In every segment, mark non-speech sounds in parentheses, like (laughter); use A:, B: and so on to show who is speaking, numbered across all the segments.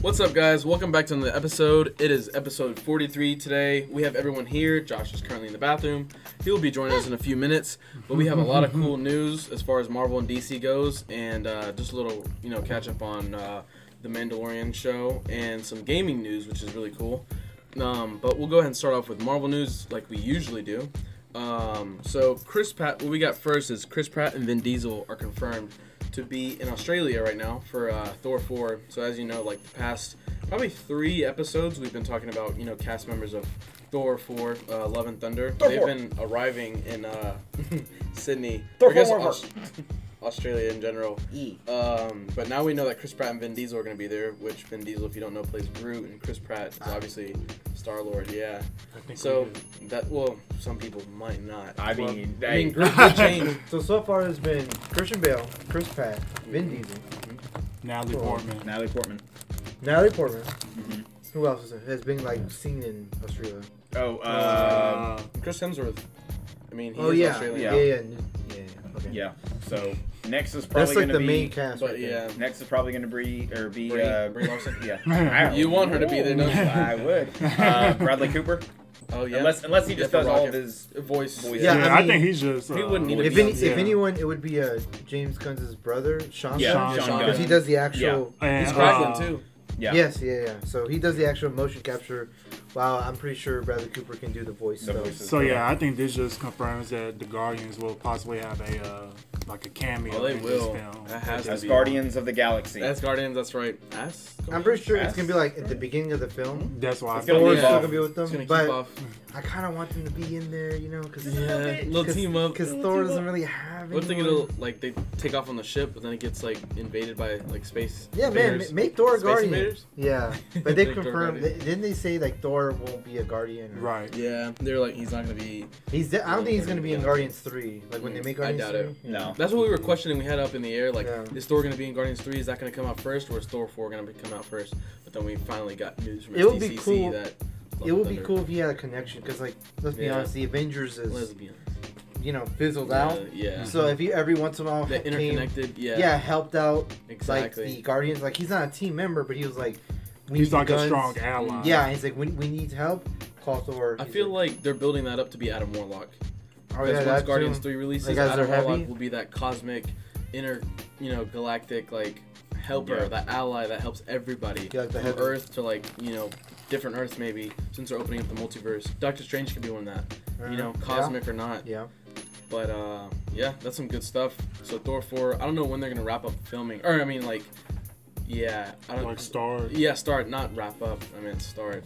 A: What's up, guys? Welcome back to another episode. It is episode 43 today. We have everyone here. Josh is currently in the bathroom. He will be joining us in a few minutes. But we have a lot of cool news as far as Marvel and DC goes, and uh, just a little, you know, catch up on uh, the Mandalorian show and some gaming news, which is really cool. Um, but we'll go ahead and start off with Marvel news, like we usually do. Um, so Chris Pratt, what we got first is Chris Pratt and Vin Diesel are confirmed to be in Australia right now for uh, Thor 4. So as you know, like the past probably three episodes, we've been talking about you know cast members of Thor 4, uh, Love and Thunder.
B: Thor
A: They've
B: 4.
A: been arriving in uh, (laughs) Sydney,
B: Thor
A: I guess
B: 4.
A: Aus- (laughs) Australia in general. Um, but now we know that Chris Pratt and Vin Diesel are going to be there, which Vin Diesel, if you don't know, plays Groot, and Chris Pratt is obviously Star Lord. Yeah. So that well, some people might not.
B: I
A: Well,
B: mean,
A: I mean,
B: they-
A: Groot
B: (laughs)
A: did change.
C: So so far it's been Christian Bale, Chris Pratt, Vin
A: Mm-hmm.
C: Diesel,
D: Natalie
C: Cool.
D: Portman.
B: Natalie Portman.
C: Natalie Portman. Who else is there? has been like seen in Australia?
B: Oh, um,
D: Uh,
A: Um, Chris Hemsworth. I mean, he
C: oh
A: is
C: yeah.
A: Australian.
C: yeah,
B: Yeah.
C: yeah, yeah, yeah, yeah, Okay.
B: yeah. So next is probably
C: That's like
B: gonna
C: the
B: be
C: main cast.
A: But
C: right there.
A: yeah,
B: next is probably gonna be or be
A: Brie-
B: uh,
A: Brie Larson? (laughs)
B: Yeah, I-
A: You want her to be there, don't you? (laughs)
B: I would. Uh, Bradley Cooper,
A: oh (laughs) yeah.
B: unless unless he just
A: Yeah,
B: does
A: for
B: all of
A: Rocket.
B: his.
A: voice.
B: Voice.
C: Yeah,
D: Yeah,
C: I
D: I,
C: mean,
D: think he's just. Uh,
A: he wouldn't need to
C: If
A: be
C: any,
A: Beyonce.
C: if anyone, it would be uh, James Gunn's brother, Sean.
B: Yeah,
C: Gunn,
D: Sean
B: Sean
C: because he
B: Gunn.
C: does the actual.
D: And,
A: He's
D: uh,
A: crackling too.
B: Yeah.
C: Yes, yeah, yeah. So he does the actual motion capture. Wow, I'm pretty sure Bradley Cooper can do the voice.
B: The
C: though.
B: voices.
D: So yeah, I think this just confirms that the Guardians will possibly have a uh, like a cameo
A: Oh, they
D: in this
A: will.
D: film.
A: That has to
B: As
A: be.
B: Guardians of the Galaxy.
A: As Guardians, that's right. As
C: I'm pretty sure it's
B: Yes.
C: gonna be like at the beginning of the film.
D: That's why
B: It's
D: I
B: gonna
C: Thor's
B: be
C: still
B: off.
C: gonna be with
A: Mm-hmm. It's gonna
C: them,
A: keep
C: but
A: off.
C: I kind of want them to be in there, you know, because
A: Yeah, little team up.
C: Because Thor doesn't really have.
A: One thing
C: anyone.
A: it'll like they take off on the ship, but then it gets like invaded by like space.
C: Yeah, man,
A: invaders.
C: ma- make Thor a
A: Space
C: guardian.
A: invaders?
C: Yeah, but they
A: Make Thor
C: confirmed.
A: guardian.
C: They, didn't they say like Thor won't be a guardian? or-
D: right.
A: Yeah, they're like he's not gonna be.
C: He's. De- I don't think he's gonna be in
A: Yeah.
C: Guardians three. Like when they make
A: Mm, I
C: Guardians
A: doubt
C: three.
A: it.
B: no.
A: That's what we were questioning. We had up in the air like,
C: Yeah.
A: is Thor gonna be in Guardians Three? Is that gonna come out first, or is Thor Four gonna be, come out first? But then we finally got news from
C: It would be
A: SDCC
C: cool-
A: that
C: It would be cool if he had a connection, because like let's be
A: Yeah.
C: honest, the Avengers is
A: Lesbian.
C: you know fizzled out.
A: Yeah.
C: So if he every once in a while
A: They're
C: came,
A: interconnected.
C: yeah.
A: Yeah.
C: helped out
A: Exactly.
C: like the Guardians. Like he's not a team member, but he was like, we
D: He's
C: need
D: like a
C: guns.
D: strong ally.
C: Yeah, he's like, we, we need help. Call Thor.
A: Uh-huh. I
C: He's
A: feel like they're building that up to be Adam Warlock.
C: oh,
A: Because
C: yeah,
A: once
C: that's
A: Guardians
C: him.
A: Three releases,
C: Like, as
A: Adam
C: they're heavy?
A: Warlock will be that cosmic, inner, you know, galactic like helper,
B: Yeah.
A: that ally that helps everybody
C: Yeah, like the
A: from
C: heavy-
A: Earth to like you know different Earths maybe. Since they're opening up the multiverse, Doctor Strange could be one of that. You know,
C: Yeah.
A: cosmic or not.
C: Yeah.
A: But uh, yeah, that's some good stuff. So Thor Four, I don't know when they're gonna wrap up filming, or I mean like, yeah, I don't.
D: Like Star.
A: yeah, start, not wrap up. I meant start.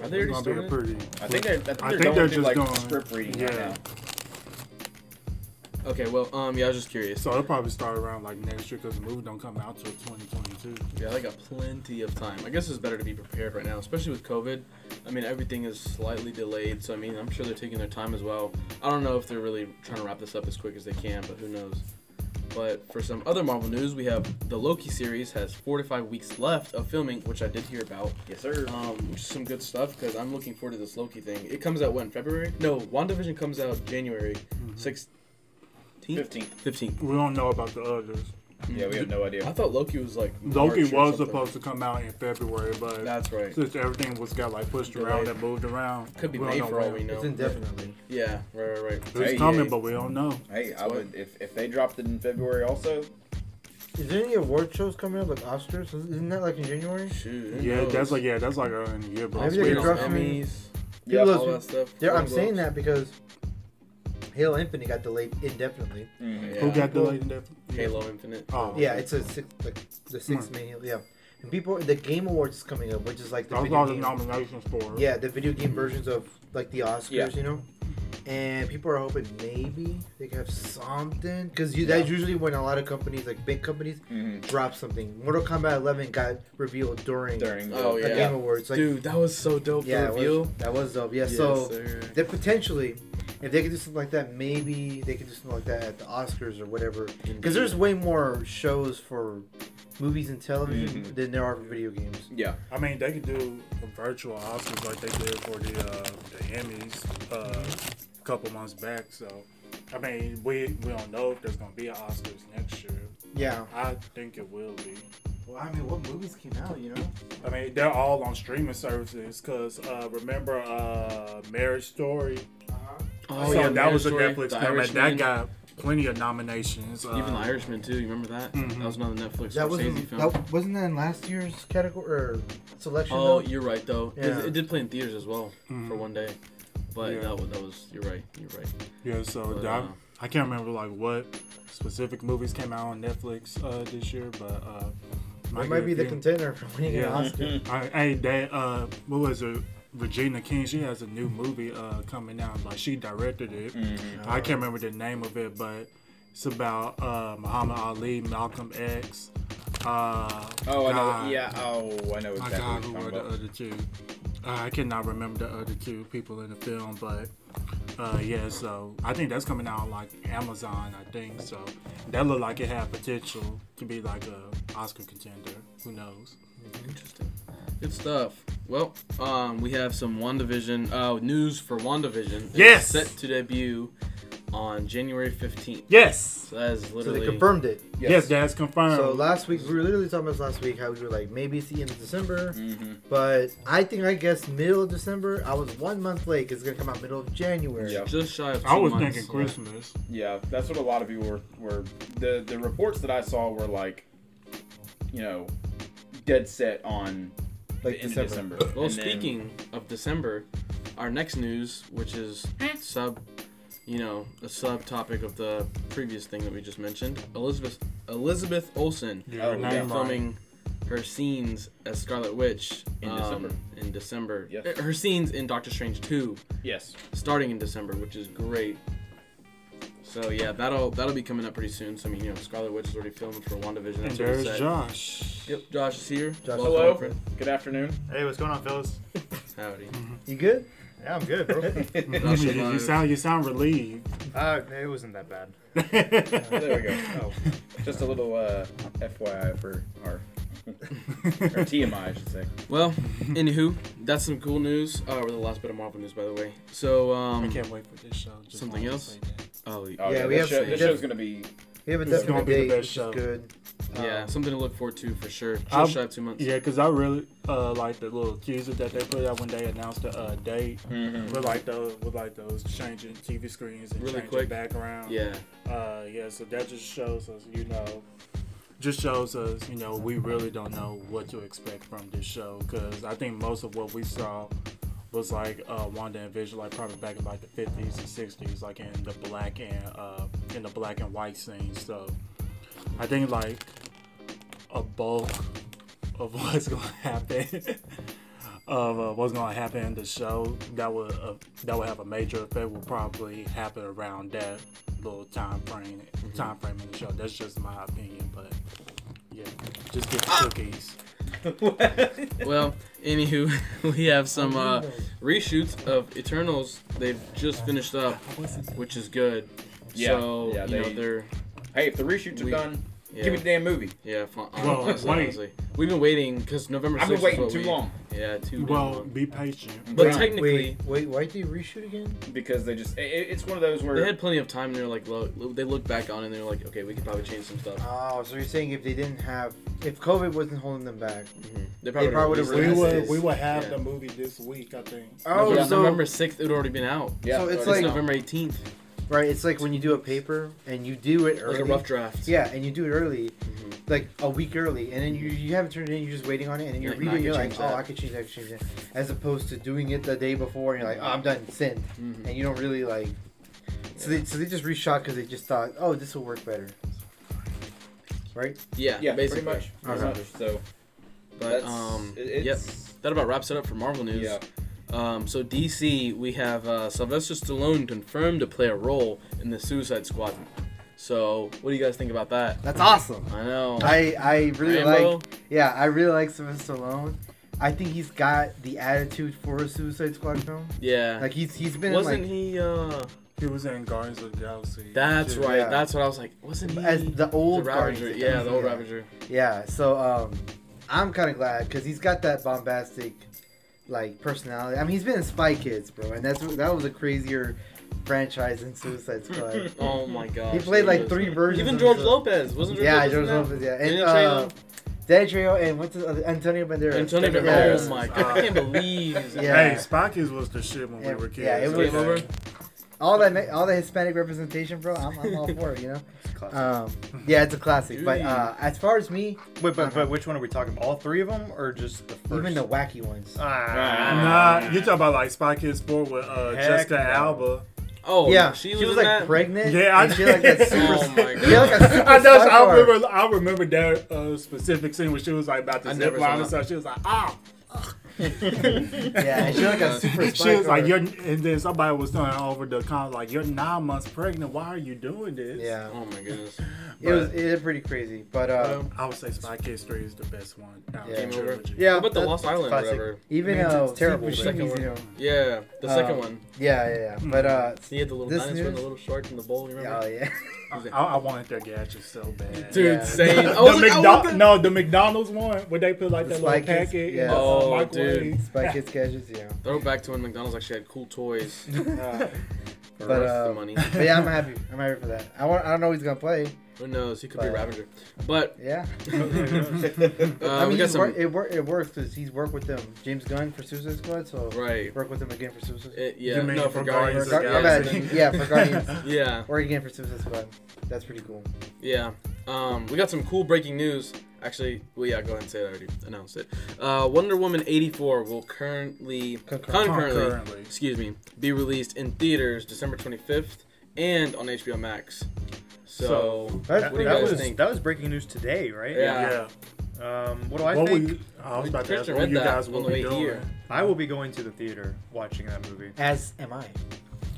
A: Are they already
D: It's gonna be
A: started?
D: a pretty.
B: I think they're, I think
D: I
B: they're
D: think
B: going
D: they're
B: through like
D: just going-
B: script reading right
D: Yeah.
B: now.
A: Okay, well, um, yeah, I was just curious.
D: So it'll probably start around like next year because the movie don't come out till 2022.
A: Yeah, they got plenty of time. I guess it's better to be prepared right now, especially with COVID. I mean, everything is slightly delayed, so I mean, I'm sure they're taking their time as well. I don't know if they're really trying to wrap this up as quick as they can, but who knows. But for some other Marvel news, we have the Loki series has four to five weeks left of filming, which I did hear about,
B: Yes, sir.
A: um, which is some good stuff because I'm looking forward to this Loki thing. It comes out when February? No, Wandavision comes out January
D: Mm-hmm.
A: 16th,
B: 15th.
A: 15th.
D: We don't know about the others.
B: Yeah, we have no idea.
A: I thought Loki was like March or
D: Loki was
A: something.
D: supposed to come out in February, but
A: That's right.
D: since everything was got like pushed around
A: Delayed.
D: and moved around,
A: Could be
D: we don't
A: May
D: know
A: for all
D: when.
A: we know.
C: It's indefinitely.
A: Yeah, right, right, right.
D: It's
B: Hey,
D: coming,
B: yeah.
D: but we don't know.
B: Hey, I
A: what-
B: would if, if they dropped it in February also.
C: Is there any award shows coming up like Oscars? Isn't that like in January?
A: Shoot. who
D: Yeah, that's
A: knows?
D: like yeah, that's like uh, in a year, bro.
A: Oscars,
C: Maybe they
D: We
C: could
D: don't
C: drop
D: know.
C: some-
A: Emmys,
B: Yeah,
C: People
A: all
C: love-
A: that stuff.
C: There, I'm
A: Golden
C: saying
A: Globes.
C: that because Halo Infinite got delayed indefinitely.
B: Mhm.
A: Yeah.
D: Who got delayed in that?
A: Halo Infinite.
D: Oh,
C: Yeah, it's a six, like the sixth
A: Hmm.
C: main. Yeah, and people the Game Awards is coming up, which is like the
D: Those
C: video
D: are the
C: game,
D: nominations for.
C: yeah the video game versions of like the Oscars,
B: Yeah.
C: you know. And people are hoping maybe they can have something because you
B: Yeah.
C: that's usually when a lot of companies like big companies
D: Mm-hmm.
B: Mhm.
C: drop something. Mortal Kombat 11 got revealed during,
B: During the-
A: Oh,
C: the
A: yeah.
C: Game Awards. Like,
A: Dude, that was so dope.
C: yeah,
A: the
C: that
A: reveal.
C: was, that was dope. Yeah,
A: Yes,
C: so
A: sir.
C: they potentially, if they could do something like that, maybe they could do something like that at the Oscars or whatever. Because there's way more shows for movies and television
A: Mm-hmm.
B: Mhm.
C: than there are for video games.
B: Yeah.
D: I mean they could do a virtual Oscars like they did for the uh, the Emmys uh, a couple months back. So, I mean we we don't know if there's gonna be an Oscars next year.
C: Yeah.
D: I think it will be.
C: Well, I mean, what movies came out? You know,
D: I mean, they're all on streaming services. Cause uh, remember, uh, Marriage Story.
A: Oh
D: so that was a
A: Marriage Story,
D: Netflix
A: The
D: film, and that
A: Irishman,
D: got plenty of nominations. Uh, Mm-hmm.
A: even The Irishman too. You remember that? That was another Netflix
C: that
A: Scorsese
C: wasn't
A: film.
C: that wasn't that in last year's category or selection.
A: Oh,
C: though?
A: you're right though. It-
C: Yeah.
A: It, did play in theaters as well for one day, but
D: Mm-hmm. Yeah.
A: that was that was. You're right. You're right.
D: Yeah, so
A: But,
D: I,
A: uh,
D: I can't remember like what specific movies came out on Netflix uh, this year, but uh,
C: That might be the
D: content.
C: contender for winning
D: Yeah.
C: an
A: (laughs)
C: Oscar.
D: I, hey, that uh, what was it? Regina King. She has a new movie uh coming out. Like she directed it. I can't remember the name of it, but it's about uh Muhammad Ali, Malcolm X. Uh,
B: Oh, I know.
D: God.
B: Yeah. Oh, I know
D: My
B: exactly what
D: God, who
B: you're talking
D: were the
B: about.
D: other two? Uh, I cannot remember the other two people in the film, but uh, yeah. So I think that's coming out on like Amazon. I think so. That looked like it had potential to be like a Oscar contender. Who knows?
A: Interesting. Good stuff. Well, um, we have some WandaVision uh, news for WandaVision. It's
D: Yes!
A: set to debut on January 15th.
D: Yes.
A: So that is
C: So they
A: literally.
C: confirmed it.
D: Yes, that's confirmed.
C: So last week we were literally talking about this last week how we were like maybe it's the end of December,
B: Mm-hmm.
C: but I think I guess middle of December. I was one month late. 'cause It's gonna come out middle of January.
B: Yeah.
A: just shy of two
D: I was
A: months. uh,
D: thinking Christmas.
B: Yeah, that's what a lot of people were. were the the reports that I saw were like, you know, dead set on
C: Like
B: the end
C: December.
B: of December.
A: Well,
B: And then-
A: speaking of December, our next news, which is sub, you know, a subtopic of the previous thing that we just mentioned, Elizabeth Elizabeth Olsen
D: Yeah,
B: Oh,
A: will be
B: yeah.
A: filming her scenes as Scarlet Witch
B: In
A: um,
B: December.
A: In December, Eh,
B: Yes.
A: her scenes in Doctor Strange two
B: yes,
A: starting in December, which is great. So yeah, that'll that'll be coming up pretty soon. So I mean, you know, Scarlet Witch is already filmed for WandaVision.
D: And
A: That's already
D: there's
A: set.
D: Josh.
A: Yep, Josh is here.
C: Josh,
A: Welcome,
B: hello.
A: my friend.
B: good afternoon.
E: Hey, what's going on, fellas?
A: Howdy.
C: You good?
E: Yeah, I'm good, bro.
A: Josh
D: (laughs) you, you
A: alive.
D: sound you sound relieved.
E: uh, it wasn't
D: (laughs)
E: that bad.
B: There we go. Oh, (laughs) just a little uh, FYI for our or
D: (laughs)
B: TMI, I should say.
A: Well, (laughs) anywho, that's some cool news. Uh, or the last bit of Marvel news, by the way. So,
D: I
A: um,
D: can't wait for this show. Just
A: Something
D: wanted to
A: else?
D: say that.
A: oh,
B: Oh,
C: Yeah,
B: yeah,
C: we
B: this,
C: have
B: show,
C: some-
B: this show's gonna be.
C: We have a
D: It's gonna
C: definite
D: be the
C: date,
D: best
C: which is
D: show.
C: good.
A: yeah,
C: Um,
A: something to look forward to for sure. Just
D: I'm-
A: shy of two months.
D: Yeah, because I really uh, like the little teaser that they put out when they announced the uh, date
B: mm-hmm.
D: (laughs) with like those with like those changing TV screens and
A: Mm-hmm. Really
D: changing
A: quick.
D: background.
A: Yeah.
D: Uh, yeah. So that just shows us, you know, just shows us, you know, we really don't know what to expect from this show because I think most of what we saw was like uh, Wanda and Vision, like probably back in like the fifties and sixties, like in the black and uh, in the black and white scene. So I think like a bulk of (laughs) what's gonna happen. Of uh, what's gonna happen in the show that would uh, that would have a major effect will probably happen around that little time frame time frame in the show. That's just my opinion, but yeah, just get the cookies.
A: Well, anywho, (laughs) we have some uh, reshoots of Eternals. They've just finished up, which is good.
B: Yeah,
A: So
B: yeah,
A: you know
B: they-
A: they're
B: (laughs) Hey, if the reshoots are
A: We-
B: done,
A: yeah.
B: give me the damn movie.
A: yeah, fun,
D: Well,
A: honestly,
D: wait.
A: honestly. We've been waiting because November.
B: I've been
A: 6th is
B: waiting
A: what
B: too
A: we-
B: long.
A: Yeah, too
D: Well,
A: long.
D: be patient.
A: But
B: Right.
A: technically,
C: Wait, wait, why did you reshoot again?
B: because they just it, it- it's one of those where
A: they had plenty of time, and they're like, look, they look back on, it and they're like, okay, we could probably change some stuff.
C: Oh, so you're saying if they didn't have, if COVID wasn't holding them back.
A: They
C: probably
A: would've
C: would've
A: released
D: We
A: it.
C: Yes, it
D: will
C: is.
D: we will have
A: Yeah.
D: the movie this week, I think.
C: Oh,
A: November,
C: so
A: November 6th, it would already been out.
B: yeah, uh,
C: so it's
A: It's
B: already
C: like-
B: done.
A: November 18th.
C: right, it's like when you do a paper and you do it early.
A: Like a rough draft.
C: Yeah, and you do it early,
A: Mm-hmm.
C: like a week early, and then you, you haven't turned it in, you're just waiting on it, and then you
A: Like,
C: read
A: nah,
C: it,
A: I
C: and you're
A: could
C: like,
A: change
C: oh,
A: that.
C: I could change that, I could change that. As opposed to doing it the day before, and you're like, oh, I'm done, send.
A: Mm-hmm.
C: And you don't really like. So, they, so they just reshot because they just thought, oh, this will work better. Right?
A: Yeah,
B: yeah,
A: basically.
B: pretty much. Pretty
C: Okay.
B: much. So
A: But
B: that's
A: um,
B: it- it's
A: yep, that about wraps it up for Marvel news.
B: yeah.
A: Um, so DC, we have uh, Sylvester Stallone confirmed to play a role in the Suicide Squad. So, what do you guys think about that?
C: That's awesome.
A: I know.
C: I, I really
A: Mm-hmm. Rambo?
C: like. Yeah, I really like Sylvester Stallone. I think he's got the attitude for a Suicide Squad film.
A: yeah.
C: Like he's he's been in,
A: wasn't
C: like
A: he? uh
D: He was in Guardians of the Galaxy.
A: That's
D: too.
A: right.
C: Yeah.
A: That's what I was like. Wasn't he
C: as the old Guardians
A: Ravager?
C: of
A: Yeah, the old
C: Galaxy,
A: Ravager.
C: Yeah, so um, I'm kind of glad because he's got that bombastic, like personality. I mean, he's been in Spy Kids, bro, and that's that was a crazier franchise
A: (laughs)
C: than Suicide Squad.
A: Oh my god.
C: He played like three versions.
A: Even
C: of
A: George
C: himself.
A: Lopez wasn't. George
C: Yeah,
A: Lopez in
C: George
A: that?
C: Lopez. Yeah,
A: Didn't
C: and
A: it train
C: uh,
A: him?
C: Dadrio and went to uh, Antonio Banderas.
A: Antonio
D: Antonio
A: Banderas.
D: Banderas.
A: Oh my god, I can't believe
C: (laughs)
A: he's in
C: Yeah.
A: that.
D: Hey, Spockies was the shit when
C: Yeah,
D: we were kids.
C: yeah, it
A: It's game
C: was- uh,
A: over.
C: All that, ma- all the Hispanic representation, bro. I'm, I'm all for
A: (laughs)
C: it. You know. Um, yeah, it's a classic. But uh, as far as me,
E: Wait, but, but which one are we talking about? All three of them, or just the first?
C: even the wacky ones.
E: Ah.
D: Nah,
C: Um,
D: you talking about like Spy Kids 4 with uh,
E: Heck
D: Jessica
E: no.
D: Alba.
A: Oh
C: yeah,
A: she
C: she
A: was,
C: was,
A: in
C: like
A: that?
C: pregnant.
D: Yeah, I
C: and (laughs) she had, like that
D: (laughs) did.
C: super.
A: Oh my
C: yeah, like a
A: god.
C: super
D: I know.
C: side
D: I
C: bar.
D: remember. I remember that uh, specific scene where she was like about
A: I
D: to
A: never
D: zip
A: saw
D: line and
A: that.
D: stuff. She was like, ah.
C: (laughs)
A: (laughs)
C: Yeah, and she had, like a super.
D: She
C: spike
D: was like,
C: over.
D: you're, and then somebody was telling her over the comment like, you're nine months pregnant. Why are you doing this?
C: Yeah,
A: Oh my goodness.
C: it was it was pretty crazy, but uh,
A: Um,
D: I would say Spy Kids 3 is the best one. out of
C: Yeah.
D: the
A: Game over.
D: trilogy.
C: yeah.
A: What about the
C: that-
A: Lost Island or
C: classic.
A: whatever?
C: Even
D: It's-
C: uh,
D: it's terrible,
C: Steve
A: but-
C: Buscemi's, you know,
A: Yeah, the second
C: Um,
A: one.
C: yeah, yeah,
D: hmm.
C: yeah. But uh,
A: He had the little
C: this
A: dinosaur and
C: news-
A: the little shark in the bowl. You
C: yeah, oh
A: remember?
C: yeah.
D: (laughs) I, I wanted their gadgets so bad.
A: Dude,
C: Yeah.
A: same. I
D: The
A: was like, I
D: McDo-
A: want that.
D: no, the McDonald's one where they put like
C: The
D: that little
C: Spy Kids,
D: packet. in
C: yeah.
D: the
A: Oh,
D: microwave.
A: dude.
C: Spy Kids gadgets, yeah.
A: Throwback to when McDonald's actually had cool
C: (laughs)
A: toys (laughs) for
C: Uh,
A: the
C: But,
A: rest of
C: uh,
A: the money.
C: But yeah, I'm
D: (laughs)
C: happy. I'm happy for that. I want. I don't know who's gonna play.
A: Who knows? He could be
C: but-
A: Ravager. But
C: Yeah.
A: uh,
C: I
A: we
C: mean,
A: got
C: he's
A: some
C: wor- it, wor- it works because he's worked with them. James Gunn for Suicide Squad, so
A: right.
C: work with him again for Suicide Squad.
A: It, yeah,
D: You mean
A: no, for
D: from
A: Guardians
D: Guardians
A: of the
D: of
C: Gar- my
D: the
A: Galaxy.
C: bad. yeah, for Guardians.
A: Yeah,
C: or again for Suicide Squad. That's pretty cool.
A: yeah. Um, we got some cool breaking news. Actually, well, yeah, go ahead and say it. I already announced it. Uh, Wonder Woman 84 will currently,
C: Concurrent.
A: (laughs) concurrently,
D: Concurrently.
A: excuse me, be released in theaters December 25th and on HBO Max. So,
E: So,
C: That-
E: That,
A: what do you
E: that
A: guys
E: was
A: think?
E: that was breaking news today, right?
A: Yeah.
D: Yeah.
E: Um, what do I
D: What were
E: think?
D: you, I was about to ask
A: Christian
D: what
A: read
D: you
A: that
D: guys
A: on
D: will
A: the way
D: be doing.
A: here.
E: I will be going to the theater watching that movie.
C: As am I.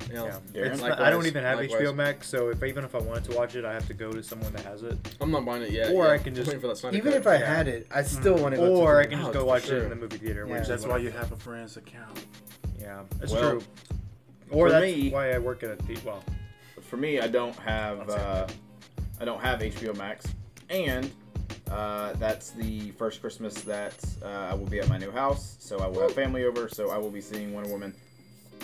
A: you know,
E: Yeah.
B: Yeah.
E: It's not, I
A: Likewise,
E: don't even have
A: likewise.
E: HBO Max, so if even if I wanted to watch it, I have to go to someone that has it,
A: I'm not buying it yet.
E: Or
A: yeah.
E: I can just-
A: Waiting for that Snyder
C: Even
A: Cut.
C: if I had it, I
D: Mm-hmm.
C: still want to go. to
E: or I
C: the-
E: can
A: Oh,
E: just go
A: for
E: watch
A: sure.
E: it in the movie theater.
C: Yeah.
E: Which
D: That's
E: is
D: why you have a friend's account.
E: yeah, that's
B: Well,
E: true. Or
B: for
E: that's
B: me-
E: why I work at a theater. Well,
B: For me, I don't have
E: That's it.
B: uh, I don't have HBO Max, and uh, that's the first Christmas that uh, I will be at my new house, so I will have family over, so I will be seeing Wonder Woman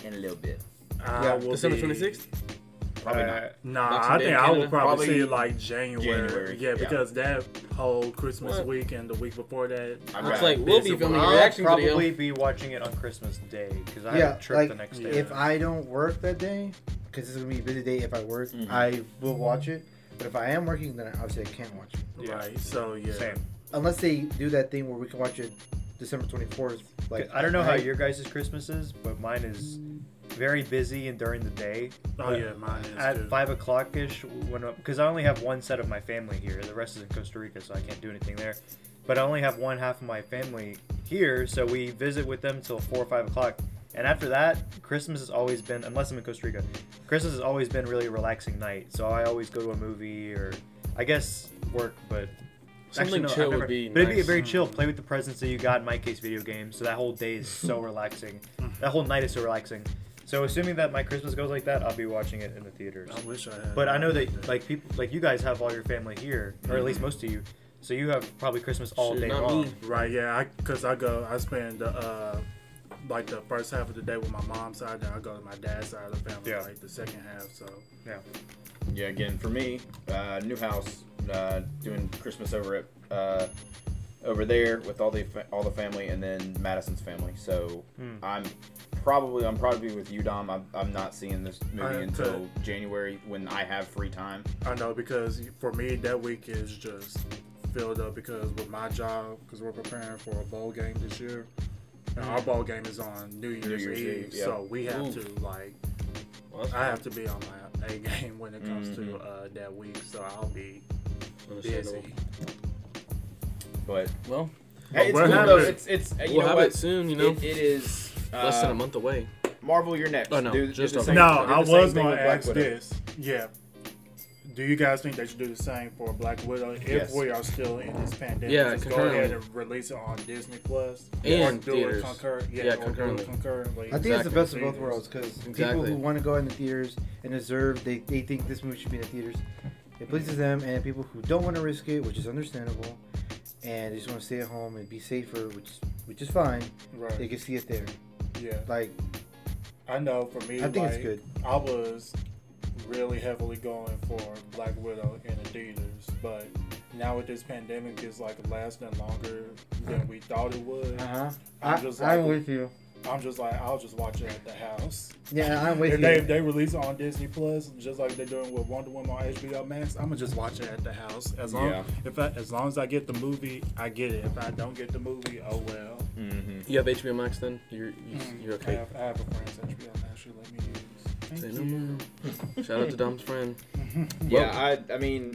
B: in a little bit.
D: I
C: Yeah,
D: will
A: December
D: be-
A: 26th?
B: Probably
E: uh,
B: not.
D: Nah,
A: Boxing
D: I
A: Day
D: think
A: in
D: I
A: Canada?
D: will probably,
B: Probably
D: see it like January.
B: January,
D: Yeah,
B: yeah.
D: because that whole Christmas
A: What?
D: week and the week before that.
B: I'm
A: Looks
B: back.
A: like we'll be
D: Busy
A: filming a
E: I'll
A: reaction
E: probably
A: video.
E: be watching it on Christmas Day because I
C: Yeah,
E: have a trip
C: like,
E: the next
D: yeah.
E: day.
C: If I don't work that day, because this is gonna be a busy day. If I work,
B: Mhm.
C: I will watch it. But if I am working, then obviously I can't watch it.
E: Yeah.
D: Right. So yeah.
E: Same.
C: Unless they do that thing where we can watch it December twenty fourth. Like
E: I don't know how
C: at night.
E: your guys' Christmas is, but mine is very busy and during the day.
D: Oh yeah, mine is
E: At
D: too.
E: five o'clock ish, when because I only have one set of my family here. The rest is in Costa Rica, so I can't do anything there. But I only have one half of my family here, so we visit with them till four or five o'clock. And after that, Christmas has always been, unless I'm in Costa Rica, Christmas has always been really relaxing night. So I always go to a movie or, I guess, work, but
A: Something
E: Actually, no,
A: chill
E: I've
A: would
E: never-
A: be
E: But it'd be
A: nice.
E: very chill. Play with the presents that you got. In my case, video games. So that whole day
B: (laughs)
E: is so relaxing.
B: Mm-hmm.
E: That whole night is so relaxing. So assuming that my Christmas goes like that, I'll be watching it in the theaters.
D: I wish I had.
E: But I know that like people, like you guys have all your family here, or at least
B: Mm-hmm.
E: most of you. So you have probably Christmas all
A: Shoot,
E: day
A: not
E: long.
A: me.
D: Right. Yeah. I because I go. I spend the uh, like the first half of the day with my mom's side, then I go to my dad's side of the family
E: Yeah.
D: like the second half. So
E: Yeah.
B: Yeah, again for me, uh, new house, uh, doing Christmas over at uh, over there with all the fa- all the family, and then Madison's family. So
E: Hmm.
B: I'm probably I'm probably with you, Dom. I'm, I'm not seeing this movie
D: am
B: until
D: too.
B: January when I have free time.
D: I know because for me that week is just filled up because with my job because we're preparing for a bowl game this year. And our bowl game is on New Year's,
B: Year's
D: Eve,
B: Eve, yeah.
D: so we have
A: Ooh.
D: to like
A: Well, that's
D: I have to be on my A (laughs) game when it comes to uh, that week, so I'll be
A: understandable.
D: busy.
B: But
A: Well,
B: hey, it's
D: we'll
B: cool
D: have
B: though.
D: it.
B: It's it's you
A: we'll
B: know
A: have
B: what
A: it soon, you know.
B: It- it is uh,
A: Less than a month away.
B: Marvel, you're next.
A: Oh, no,
B: Do- do
A: just
B: the
A: a
B: same-
D: No,
B: do the
D: I
B: same
D: was
B: thing
D: going
B: with
D: to
B: Black
D: ask
B: Widow.
D: this. Yeah. Do you guys think they should do the same for Black Widow if
B: Yes.
D: we are still in this pandemic?
A: Yeah,
D: just go
A: concurrently.
D: ahead and release it on Disney Plus
A: And
D: or do
A: theaters.
D: it concur- yeah,
A: Yeah,
D: or do it
A: concurrently.
D: concurrently.
C: I think it's the
A: Exactly.
C: best of both worlds because people
A: Exactly.
C: who want to go in the theaters and deserve, they, they think this movie should be in the theaters. It pleases them, and people who don't want to risk it, which is understandable, and they just want to stay at home and be safer, which which is fine. They
D: Right.
C: can see it there.
D: Yeah.
C: Like
D: I know for me,
C: I think it's
D: like,
C: good.
D: I was really heavily going for Black Widow in the theaters, but now with this pandemic is like lasting longer than we thought it would.
C: Uh-huh.
D: I'm
C: I,
D: just
C: I'm
D: like-
C: with you.
D: I'm just like I'll just watch it at the house.
C: Yeah, I'm with
D: If they, if
C: you.
D: they release it on Disney Plus, just like they're doing with Wonder Woman on HBO Max, I'm gonna just watch it at the house. As long
B: Yeah.
D: if I, as long as I get the movie, I get it. If I don't get the movie, oh well.
B: Mm-hmm.
A: You have HBO Max then? You're you, Mm-hmm. you're
D: I
A: okay.
D: have, I have a friend's HBO Max. She let me use.
A: Say no more. (laughs) Shout out to Dom's friend.
B: Yeah, I, I mean,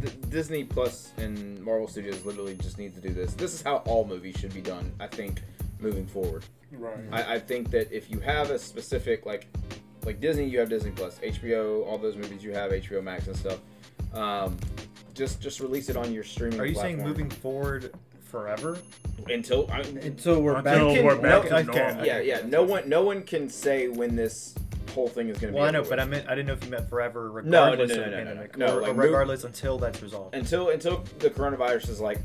B: D- Disney Plus and Marvel Studios literally just need to do this. This is how all movies should be done, I think, moving forward.
D: Right.
B: I, I think that if you have a specific like like Disney, you have Disney Plus, HBO, all those movies you have HBO Max and stuff. Um, just just release it on your streaming.
E: Are you
B: platform
E: saying moving forward forever?
B: until? I,
C: And so we're
D: Until
C: back.
E: can-
D: we're back
E: no,
D: to
E: okay,
D: normal.
B: yeah, yeah. No one no one can say when this whole thing is going to be.
E: Well, I know,
B: over
E: but
B: with.
E: I meant I didn't know if you meant forever,
B: no,
E: regardless
B: no,
E: of
B: no, no,
E: the
B: no,
E: pandemic,
B: no,
E: or,
B: like,
E: or
B: move-
E: regardless until that's resolved.
B: until until the coronavirus is like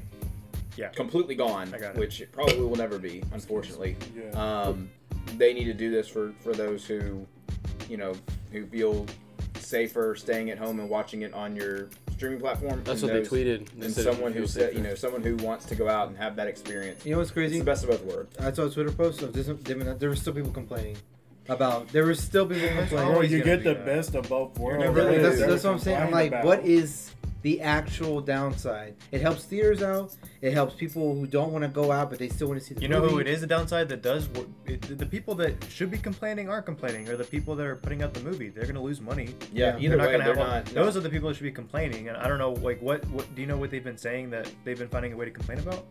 E: Yeah.
B: completely gone,
E: I got it.
B: which it probably will never be, unfortunately.
D: Yeah.
B: Um, they need to do this for for those who, you know, who feel safer staying at home and watching it on your streaming platform.
A: That's
B: and
A: what they
B: those-
A: tweeted. They
B: And
A: said
B: someone
A: it
B: who
A: was
B: said,
A: safer.
B: you know, someone who wants to go out and have that experience.
C: You know what's
B: It's
C: crazy?
B: the best of both worlds.
C: I saw a Twitter post of this. There were- there were still people complaining about. There were still people complaining.
D: Oh,
E: always
D: you
E: gonna
D: get
E: be
D: the
E: that.
D: best of both worlds.
E: never
C: Really,
E: really
C: that's,
E: is.
C: that's what I'm saying. I'm like, what is the actual downside? It helps theaters out. It helps people who don't want to go out but they still want to see the
E: You know
C: movie.
E: who it is the downside that does work? It, the people that should be complaining aren't complaining, or the people that are putting out the movie. They're going to lose money.
B: Yeah,
C: Yeah.
B: either
E: they're not
B: way,
E: gonna
B: they're
E: have all-
B: not.
E: Those are the people that should be complaining, and I don't know, like, what, what do you know what they've been saying that they've been finding a way to complain about?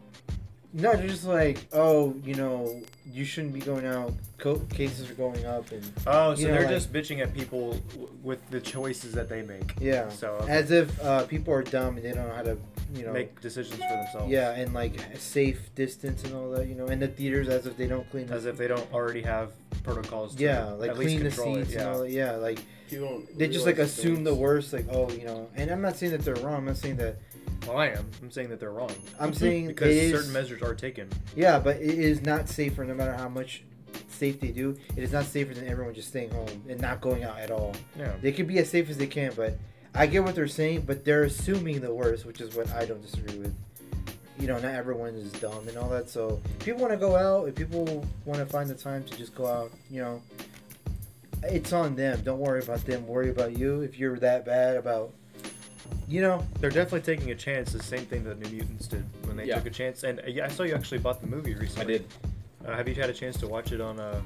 C: No, they're just like, oh, you know, you shouldn't be going out. Co- cases are going up, and
E: Oh, so
C: You know,
E: they're
C: like-
E: just bitching at people w- with the choices that they make.
C: yeah,
E: So okay,
C: as if uh, people are dumb and they don't know how to, you know,
E: make decisions for themselves.
C: yeah, and like safe distance and all that, you know, and the theaters as if they don't clean.
E: As if they don't already have protocols. To
C: yeah, like
E: at least
C: clean the
E: control
C: seats
E: It.
C: and
E: Yeah.
C: all that. Yeah, like
A: You don't
C: they just like
A: realize
C: assume the
A: things.
C: worst. Like, oh, you know, and I'm not saying that they're wrong. I'm not saying that.
E: Well, I am. I'm saying that they're wrong
C: I'm saying
E: because
C: it is-
E: certain measures are taken.
C: Yeah, but it is not safer no matter how much safe they do. It is not safer than everyone just staying home and not going out at all.
E: Yeah.
C: They could be as safe as they can, but I get what they're saying, but they're assuming the worst, which is what I don't disagree with. You know, not everyone is dumb and all that. So if people want to go out, if people want to find the time to just go out, you know, it's on them. Don't worry about them. Worry about you if you're that bad about, you know,
E: They're definitely taking a chance. The same thing that New Mutants did when they
B: Yeah.
E: took a chance. And uh, yeah, I saw you actually bought the movie
B: I
E: recently.
B: did.
E: Uh, have you had a chance to watch it on uh,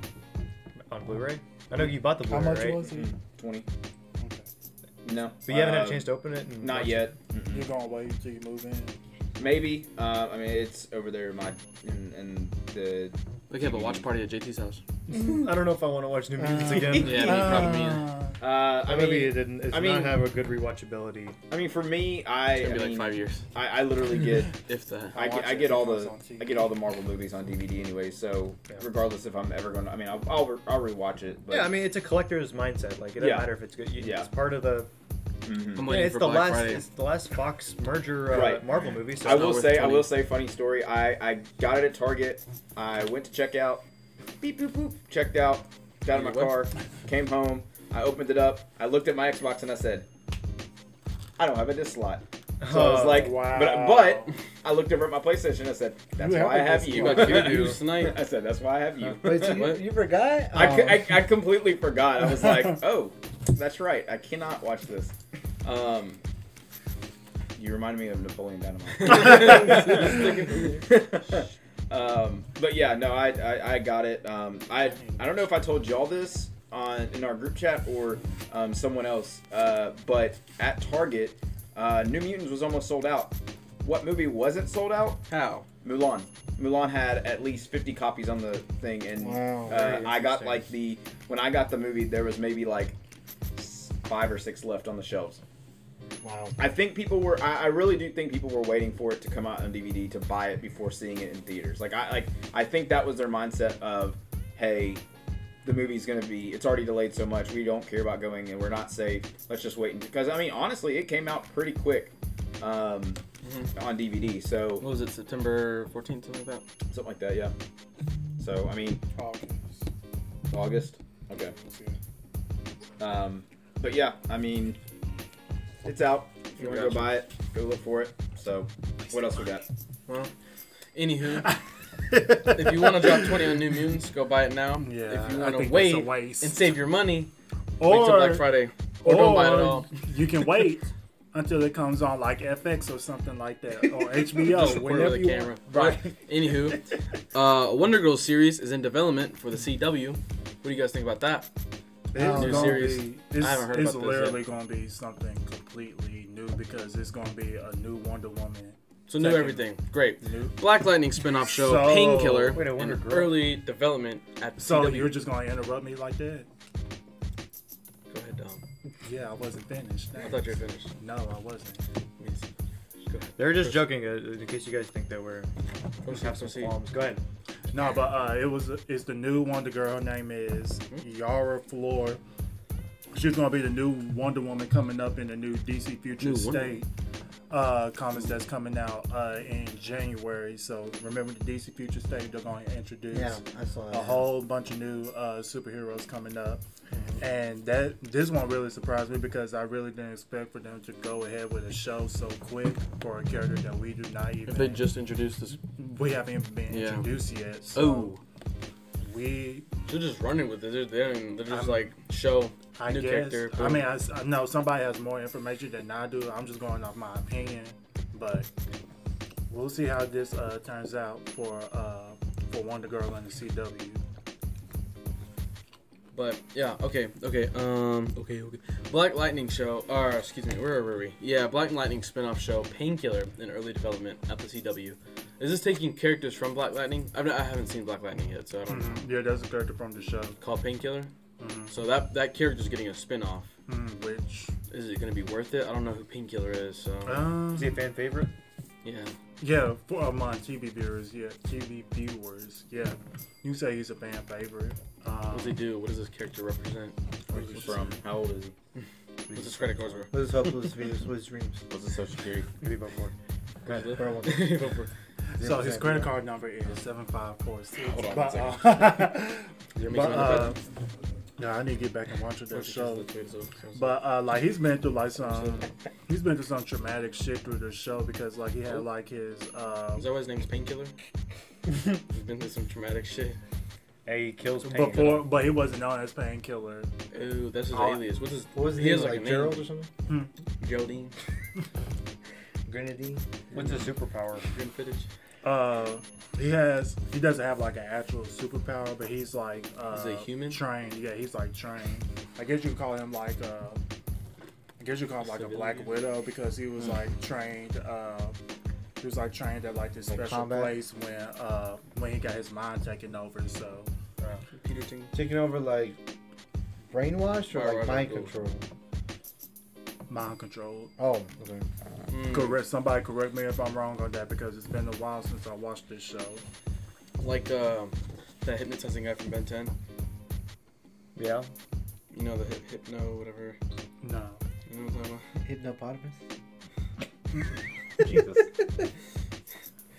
E: on Blu-ray? I know you bought the
D: How
E: Blu-ray,
D: much
E: right?
D: was it?
B: Mhm. Twenty.
D: Okay.
B: No,
E: But you haven't had a
B: Um,
E: chance to open it. And watch
B: Not
E: it?
B: yet. Mm-mm.
D: You're gonna wait until you move in.
B: Maybe. Uh, I mean, it's over there in my in, in the
A: We could have a watch party at JT's house.
E: I don't know if I want to watch New Mutants
D: Uh, (laughs)
E: again.
A: Yeah, me, probably me.
B: Uh, I
E: That movie
B: mean,
E: didn't. It's
B: I mean-
E: not have a good rewatchability.
B: I mean, for me, I,
A: It's
B: I,
A: gonna be like
B: mean,
A: five years,
B: I, I literally
E: (laughs)
B: get,
A: if that.
B: I get, I get all the, I get all the Marvel movies on DVD anyway. So
E: Yeah.
B: regardless if I'm ever gonna, I mean, I'll, I'll, re- I'll rewatch it. But,
E: yeah, I mean it's a collector's mindset. Like it doesn't
B: Yeah.
E: matter if it's good. You,
B: Yeah.
E: It's part of the.
A: I'm
B: mhm.
E: Yeah,
A: waiting
E: it's
A: for
E: the
A: Black
E: last.
A: Friday.
E: It's the last Fox merger uh,
B: Right.
E: Marvel movie. So
B: I
A: not
B: will (laughs)
A: worth
B: say, I
A: 20.
B: will say, funny story. I, I got it at Target. I went to check out. Beep boop boop. Checked out. Got in my
A: You what?
B: car. Came home. I opened it up. I looked at my Xbox and I said, I don't have a disc slot. So I was
E: Oh,
B: like,
D: wow.
B: but, but I looked over at my PlayStation and I said, that's
D: You have
B: why I
D: a
B: have
D: disc
B: you.
A: You got two (laughs) dudes tonight.
B: (laughs) I said, that's why I have you.
C: (laughs) but you,
A: What?
C: you forgot.
B: (laughs) I, c-
C: Oh.
B: I- I completely forgot. I was like, oh, that's right. I cannot watch this. Um, you reminded me of Napoleon
E: (laughs)
B: Dynamite. um, but yeah, no, I, I, I got it. Um, I I don't know if I told y'all this on in our group chat or um, someone else, uh, but at Target, uh, New Mutants was almost sold out. What movie wasn't sold out?
A: How?
B: Mulan. Mulan had at least 50 copies on the thing, and
C: Oh, Wow.
B: uh,
E: Very
B: I got
E: interesting.
B: like the when I got the movie, there was maybe like s- five or six left on the shelves.
D: Wow.
B: I think people were. I, I really do think people were waiting for it to come out on DVD to buy it before seeing it in theaters. Like I like I think that was their mindset of, hey, the movie's gonna be. It's already delayed so much. We don't care about going, and we're not safe. Let's just wait. Because I mean, honestly, it came out pretty quick um, on DVD. So
A: What was it? September 14th, something like that.
B: something like that. Yeah. So I mean,
D: August.
B: August. Okay.
D: Let's see.
B: Um, but yeah, I mean, it's out. If If you want to go
A: Gotcha.
B: buy it, go look for it. So, what else we got?
A: Well, anywho, if you want to drop 20 on New Mutants, go buy it now.
D: Yeah,
A: if you
D: I
A: want to
D: think
A: wait
D: that's a waste.
A: and save your money, wait till
D: or,
A: Black Friday. Or, don't buy it at all.
D: you can wait until it comes on like FX or something like that
A: (laughs)
D: or HBO.
A: Just record it
D: whenever
A: with a
D: you want.
A: camera.
D: Right.
A: (laughs)
D: (laughs)
A: Anywho, uh, Wonder Girl series is in development for the CW. What do you guys think about that?
D: It's
A: New
D: gonna
A: series.
D: be. It's,
A: haven't heard
D: it's
A: about this
D: literally going to be something completely new because it's going to be a new Wonder Woman.
A: So new
D: Second.
A: everything. Great.
D: New.
A: Black Lightning spin-off show
D: So-
A: Painkiller
E: Wait, I wonder
A: in
E: girl.
A: early development at the
D: So
A: CW.
D: you're just going to interrupt me like that?
A: Go ahead, Dom.
D: Yeah, I wasn't finished.
A: I thought you were finished.
D: No, I wasn't.
A: Yes. Go ahead.
E: They're just joking, uh, in case you guys think that we're have some
A: Proceed.
E: qualms. Go ahead.
D: No, but uh, it was it's the new Wonder Girl. Her name is
A: Mm-hmm.
D: Yara Floor. She's gonna be the new Wonder Woman coming up in the new DC Future
A: New Wonder
D: State uh, comics that's coming out uh, in January. So remember the DC Future State. They're gonna introduce
C: Yeah, I saw that.
D: a whole bunch of new uh, superheroes coming up,
A: Mm-hmm.
D: and that this one really surprised me because I really didn't expect for them to go ahead with a show so quick for a character that we do not even
A: If they just introduced this,
D: we haven't even been
A: Yeah.
D: introduced yet. So
A: oh,
D: we,
A: they're just running with it. They're, they're, they're just
D: I'm-
A: like show
D: I
A: new
D: guess.
A: character.
D: I
A: boom.
D: mean, I, s- I know somebody has more information than I do. I'm just going off my opinion, but we'll see how this uh, turns out for uh, for Wonder Girl and the CW.
A: But yeah, okay, okay, um, okay, okay. Black Lightning show, or excuse me, where were we? Yeah, Black Lightning spin-off show, Painkiller, in early development at the CW. Is this taking characters from Black Lightning? I've not, I haven't seen Black Lightning yet, so I don't know.
D: Yeah, that's a character from the show,
A: Called Painkiller.
D: Mm-hmm.
A: So that that character's getting a spin-off.
D: mm, which
A: Is it gonna be worth it? I don't know who Painkiller is, so
D: um,
E: Is he a fan favorite?
A: yeah.
D: yeah, for uh, my TV viewers, yeah, TV viewers, yeah, you say he's a fan favorite. Um,
A: What does he do? What does this character represent?
B: Where's he from? How old is he? (laughs)
A: What's his credit cards worth?
C: What is hope? What is dreams? What is dreams?
B: What's his social security?
E: Maybe about more.
D: So his credit card number is seven five four six.
B: Hold on one
D: But, uh,
A: (laughs)
D: (laughs)
A: You're
D: but
A: making
D: uh, no, I need to get back and watch that show. But uh, like he's been through like some, he's been through some traumatic shit through the show because like he had like his uh,
A: Is that why his name's Painkiller? He's been through some traumatic shit.
E: Hey, he kills pain.
D: before, but he wasn't known as Painkiller.
A: Ooh, that's his
D: Oh.
A: alias. What's his?
C: What was
A: he
C: the name?
A: has,
C: Like,
A: a name.
C: Gerald or something?
A: Geraldine. (laughs)
C: Grenadine.
E: What's
A: Mm,
E: his superpower?
A: Grim footage.
D: Uh, he has he doesn't have like an actual superpower, but he's like uh,
A: He's a human?
D: trained. Yeah, he's like trained. I guess you could call him like uh, I guess you call him like a Black
A: Civilian. Hmm.
D: Widow because he was like trained. Uh, he was like trained at like this
C: Like
D: special
C: combat?
D: place when uh when he got his mind taken over. So
A: Peter Ting.
C: Taking over like brainwashed or
A: Right,
C: like
A: right,
C: mind
A: right, cool.
C: control?
D: mind control.
C: Oh, okay.
A: Mm,
D: Hmm. Correct. Somebody correct me if I'm wrong on that because it's been a while since I watched this show.
A: Like uh, that hypnotizing guy from Ben 10.
E: Yeah.
A: You know the hip, hypno whatever.
D: No.
A: You know what I'm talking about?
C: Hypnopotamus.
B: Jesus.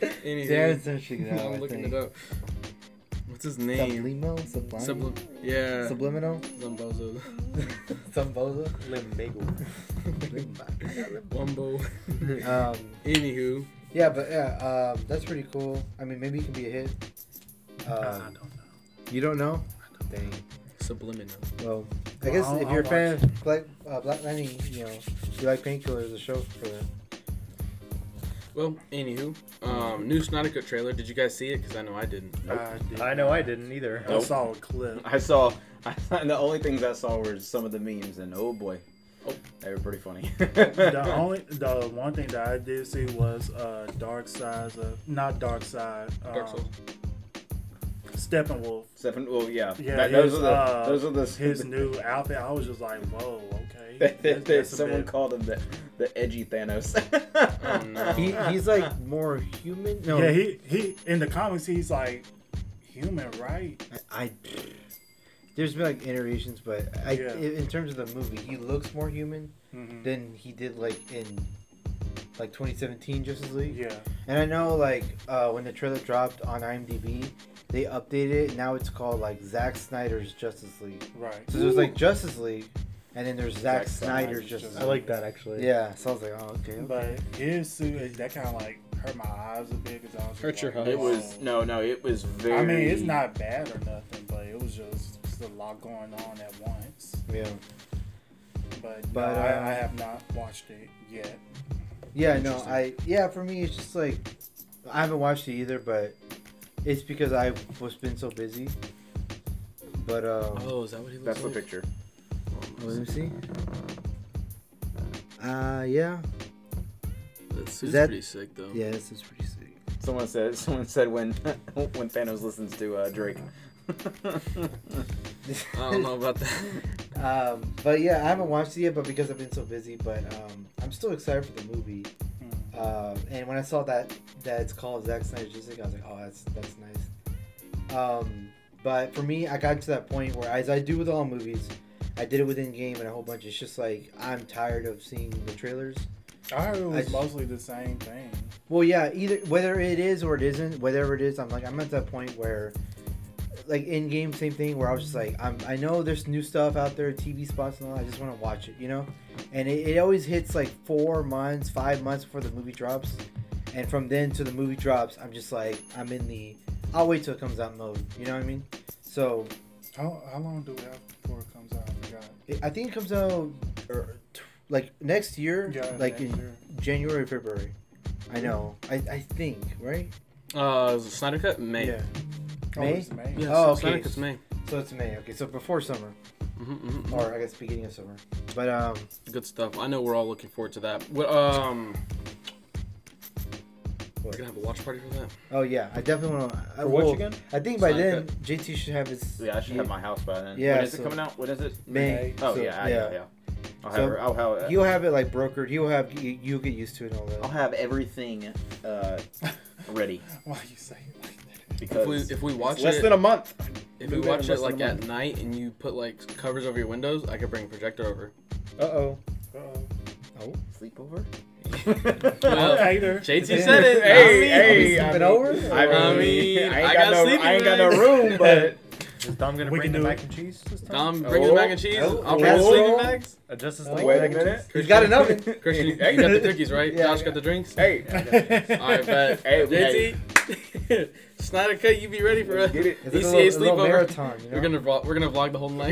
A: Anywho, (laughs)
C: Darren's searching it out.
A: I'm
C: I
A: looking
C: think.
A: it up. What's his name?
C: Sublimo, sublime,
A: Sublim. Yeah.
C: subliminal,
A: Lumbozo.
C: sumbozo,
E: Limbago.
A: Wumbo.
C: um,
A: Anywho,
C: yeah, but yeah, um, that's pretty cool. I mean, maybe it can be a hit.
D: I don't
C: Um,
D: know.
C: you don't know? Dang.
A: subliminal.
C: Well, I
D: Well,
C: guess
D: I'll-
C: if
D: I'll
C: you're a fan of Black, uh, Black Lightning, you know, you like Painkiller as a show for that.
A: Well, anywho, um, new Snyder Cut trailer. Did you guys see it? Because I know I didn't.
D: I, did-
E: I know I didn't either.
D: I saw a clip.
B: (laughs) I saw. (laughs) I, the only things I saw were some of the memes, and oh boy,
A: Oh.
B: they were pretty funny. (laughs)
D: the only the one thing that I did see was uh Dark Side's uh, not Dark Side um,
A: Dark Souls.
D: Steppenwolf.
B: Stefan, well, yeah,
D: Yeah,
B: that-
D: his,
B: those are the
D: uh,
B: those are the (laughs)
D: his new outfit. I was just like, whoa, okay.
B: that-
D: That's-
B: that-
D: that's a
B: someone
D: bit-
B: called him the the edgy Thanos. (laughs)
A: Oh no.
C: He, he's like more human. No,
D: Yeah, he he in the comics he's like human, right?
C: I, I- There's been like iterations, but I,
D: Yeah.
C: in in terms of the movie, he looks more human
D: Mhm.
F: Mm-hmm.
C: than he did like in like 2017 Justice League.
D: Yeah.
C: And I know like uh, when the trailer dropped on IMDb, they updated it. Now it's called like Zack Snyder's Justice League.
D: Right.
C: So there's like Justice League, and then there's
B: Zack
C: Zack
B: Snyder,
C: Snyder's just.
D: just-
F: I like that actually.
C: Yeah, so I was like, oh okay. okay.
D: But his suit that kind of like hurt my eyes a bit because I was just
F: Hurt your
D: like,
F: eyes.
B: It was
D: "Whoa."
B: no, no. It was very.
D: I mean, it's not bad or nothing, but it was just just a lot going on at once.
C: Yeah.
D: But, um,
C: But,
D: no,
C: uh,
D: I, I have not watched it yet.
C: Yeah, no,
D: Interesting.
C: I yeah, for me it's just like I haven't watched it either, but it's because I was been so busy. But um
A: Oh, is that what he looks
B: That's the
A: like?
B: picture.
C: oh, let me see. Uh yeah.
A: That suit's
C: that-
A: pretty sick though.
C: Yeah, this is pretty sick.
B: Someone said. Someone said when (laughs) when Thanos listens to uh, (laughs) Drake.
A: I don't know about that.
C: (laughs) um but yeah, I haven't watched it yet, but because I've been so busy, but um I'm still excited for the movie.
D: Mm.
C: Um, and when I saw that that it's called Zack Snyder's Justice League, I was like, oh, that's that's nice. Um, but for me, I got to that point where, as I do with all movies, I did it within game and a whole bunch. It's just like I'm tired of seeing the trailers.
D: I heard it was
C: I-
D: mostly the same thing.
C: Well, yeah, either whether it is or it isn't, whatever it is, I'm like I'm at that point where, like in game, same thing where I was just like I'm I know there's new stuff out there, TV spots and all. I just want to watch it, you know. And it, it always hits like four months, five months before the movie drops, and from then to the movie drops, I'm just like I'm in the I'll wait till it comes out mode, you know what I mean? So
D: How, how long do we have before it comes out? I forgot.
C: it, I think it comes out er, t- like next year,
D: Yeah,
C: like
D: next
C: in
D: year.
C: January, February. I know. I, I think right.
A: Uh, is it Snyder Cut May.
C: Yeah.
D: Oh,
C: May?
D: it's May.
A: Yeah,
C: Oh,
A: so Snyder
C: okay.
A: Cut's May.
C: So it's May. Okay, so before summer,
A: hmm hmm
C: or I guess beginning of summer. But um,
A: Good stuff. I know we're all looking forward to that. What um. We're
C: What?
A: gonna have a watch party for that.
C: oh yeah, I definitely want to.
E: For which again?
C: I think by
A: Sonic
C: then JT should have his.
B: yeah, I should have my house by then.
C: Yeah,
B: When is
C: so-
B: it coming out? When is it?
C: May.
B: Oh
C: so,
B: yeah, I- yeah, yeah. I'll have.
C: So,
B: her- I'll have.
C: He'll have it like brokered. He'll have you- you'll get used to it and all
B: I'll
C: that.
B: have everything uh, ready
D: Why you say it like that?
A: If
B: because
A: we if we watch
B: less
A: it
B: than a month.
A: if we
B: Move it
A: watch
B: in
A: it
B: less
A: like
B: than a
A: at night and you put like covers over your windows, I could bring a projector over.
C: Uh oh.
D: (laughs) Uh-oh.
B: Sleepover.
A: Well,
D: Okay, there.
A: JT
C: Yeah.
A: said
B: (laughs)
A: it.
C: (laughs) Hey,
A: I mean-
B: hey, I
C: sleeping
B: mean-
C: over?
B: I mean, I,
A: I mean,
B: ain't
A: I
B: got,
A: got
B: no,
A: sleeping
B: I ain't got no
A: bags.
B: room,
A: (laughs)
B: but
E: (laughs) Is Dom gonna
D: We can
E: bring the
D: do
E: mac
D: it.
E: and cheese this time? Uh,
A: Dom, bring the mac and cheese.
C: Oh,
A: I'll bring the
B: oh.
A: sleeping bags.
E: A Justice
C: Oh.
E: League.
B: wait a
E: mac and
B: minute.
C: He's got an
E: (laughs)
C: oven.
A: Christian, you got the cookies right?
C: Yeah,
A: Josh
C: yeah.
A: got the drinks.
B: Hey,
E: (laughs)
A: I bet.
B: Hey,
A: JT, (laughs) Snyder Cut, you be ready for us.
B: let's get it.
C: It's like a
A: DCA
C: little, a little
A: sleepover.
C: marathon. You know?
A: We're
E: (laughs)
A: gonna vlog, we're gonna vlog the whole night.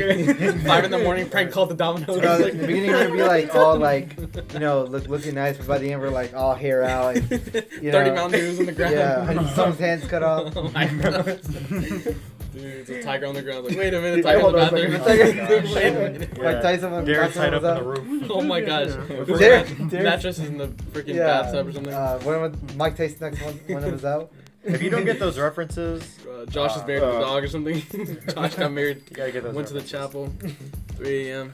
A: (laughs)
C: (laughs)
A: Five in the morning, prank called the Domino's.
C: No,
A: (laughs)
C: in the beginning we're gonna be like all like, you know, look, looking nice, but by the end we're like all hair out. And, you
A: Thirty
C: know.
A: Mountain Dews on the ground. (laughs)
C: yeah, someone's hands cut
E: (laughs)
C: off.
A: Oh
C: (laughs)
A: my God. Dude, it's a tiger on the ground. Like, wait a minute,
C: Yeah,
A: tiger in
C: hold
A: the
C: on a
A: bathroom.
C: second, a second.
A: (laughs) Wait a
E: (laughs)
A: minute.
C: (laughs) Like Tyson, when
E: Garrett
C: Tyson
E: tied up
C: was
E: in
C: up.
E: the roof.
A: Oh my gosh.
C: Derek- Derek-
A: Mattress is in the freaking
C: Yeah,
A: bathtub or something.
C: Uh, when was- Mike Tyson knocked one, one of us out.
E: If you don't get those references,
A: Uh, Josh is married to
B: Uh,
A: the dog or something. (laughs) Josh got married.
E: you gotta get those.
A: Went to the
E: references.
A: chapel. (laughs) 3 a.m.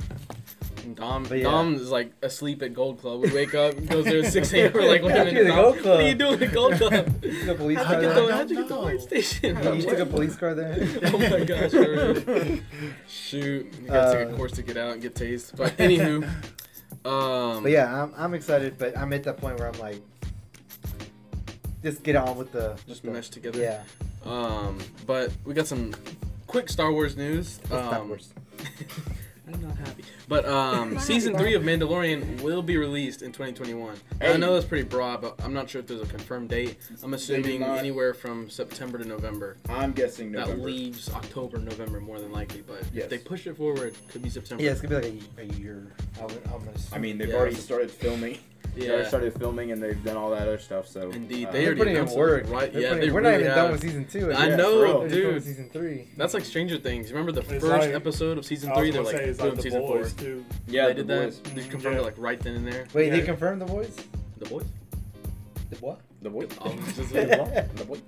A: And Dom,
C: But yeah.
A: Dom is like asleep at Gold Club. We wake up, goes there at 6 a.m.
C: (laughs)
A: We're like, wait
C: Yeah,
A: a
C: dude,
A: minute,
C: the
A: Dom,
C: Gold
A: what are you
C: Club.
A: doing at Gold Club?
C: He (laughs) (laughs) took a police
D: How'd
C: car
A: How'd
D: you get
A: you,
D: those?
C: there.
A: how'd you get the
D: I
A: fire
D: don't
A: station?
C: (laughs) He took a police car there.
A: (laughs) oh my gosh. alright. Shoot. You gotta take a
C: Uh,
A: course to get out and get tased. But
C: (laughs)
A: anywho. Um,
C: (laughs) But yeah, I'm, I'm excited, but I'm at that point where I'm like, just get on with the.
A: Just
C: with
A: mesh
C: the
A: together.
C: yeah.
A: Um, but we got some quick Star Wars news.
C: That's
A: Um,
C: backwards.
A: (laughs) I'm not happy. But um, season three of Mandalorian will be released in 2021. Now, I
B: Hey.
A: know that's pretty broad, but I'm not sure if there's a confirmed date. I'm assuming
B: not.
A: anywhere from September to November.
B: I'm guessing
A: That
B: November.
A: leaves October, November more than likely. But
B: Yes.
A: if they push it forward, could be September.
C: Yeah, it's gonna be like a, a year. I'm, I'm gonna
B: I mean, they've
A: Yeah.
B: already started filming. They already
A: Yeah.
B: started filming, and they've done all that other stuff. So
A: Indeed,
B: uh,
A: they
C: they're
A: already
C: putting in
A: announced it,
C: work.
A: right?
C: They're
A: Yeah,
C: putting-
A: they
C: we're not
A: really
C: even
A: have.
C: done with season two.
A: I
B: Yeah,
A: know,
B: for
C: We're just going
A: dude.
C: with season three.
A: That's like Stranger Things. Remember the
D: It's
A: first
D: like-
A: episode of season
D: I was
A: three? They're
D: gonna
A: like,
D: say it's
A: boom,
D: like the
A: season
D: boys
A: four.
D: too.
B: yeah,
A: they
B: the
A: did that.
B: boys,
A: They
D: Mhm.
A: confirmed
D: Yeah.
A: it like right then and there.
C: Wait, they
D: Yeah.
C: confirmed the voice?
A: The boys.
C: The what?
B: the boys,
A: Oh, this
B: (laughs)
A: is
C: The
A: it.
C: what?
B: the boys.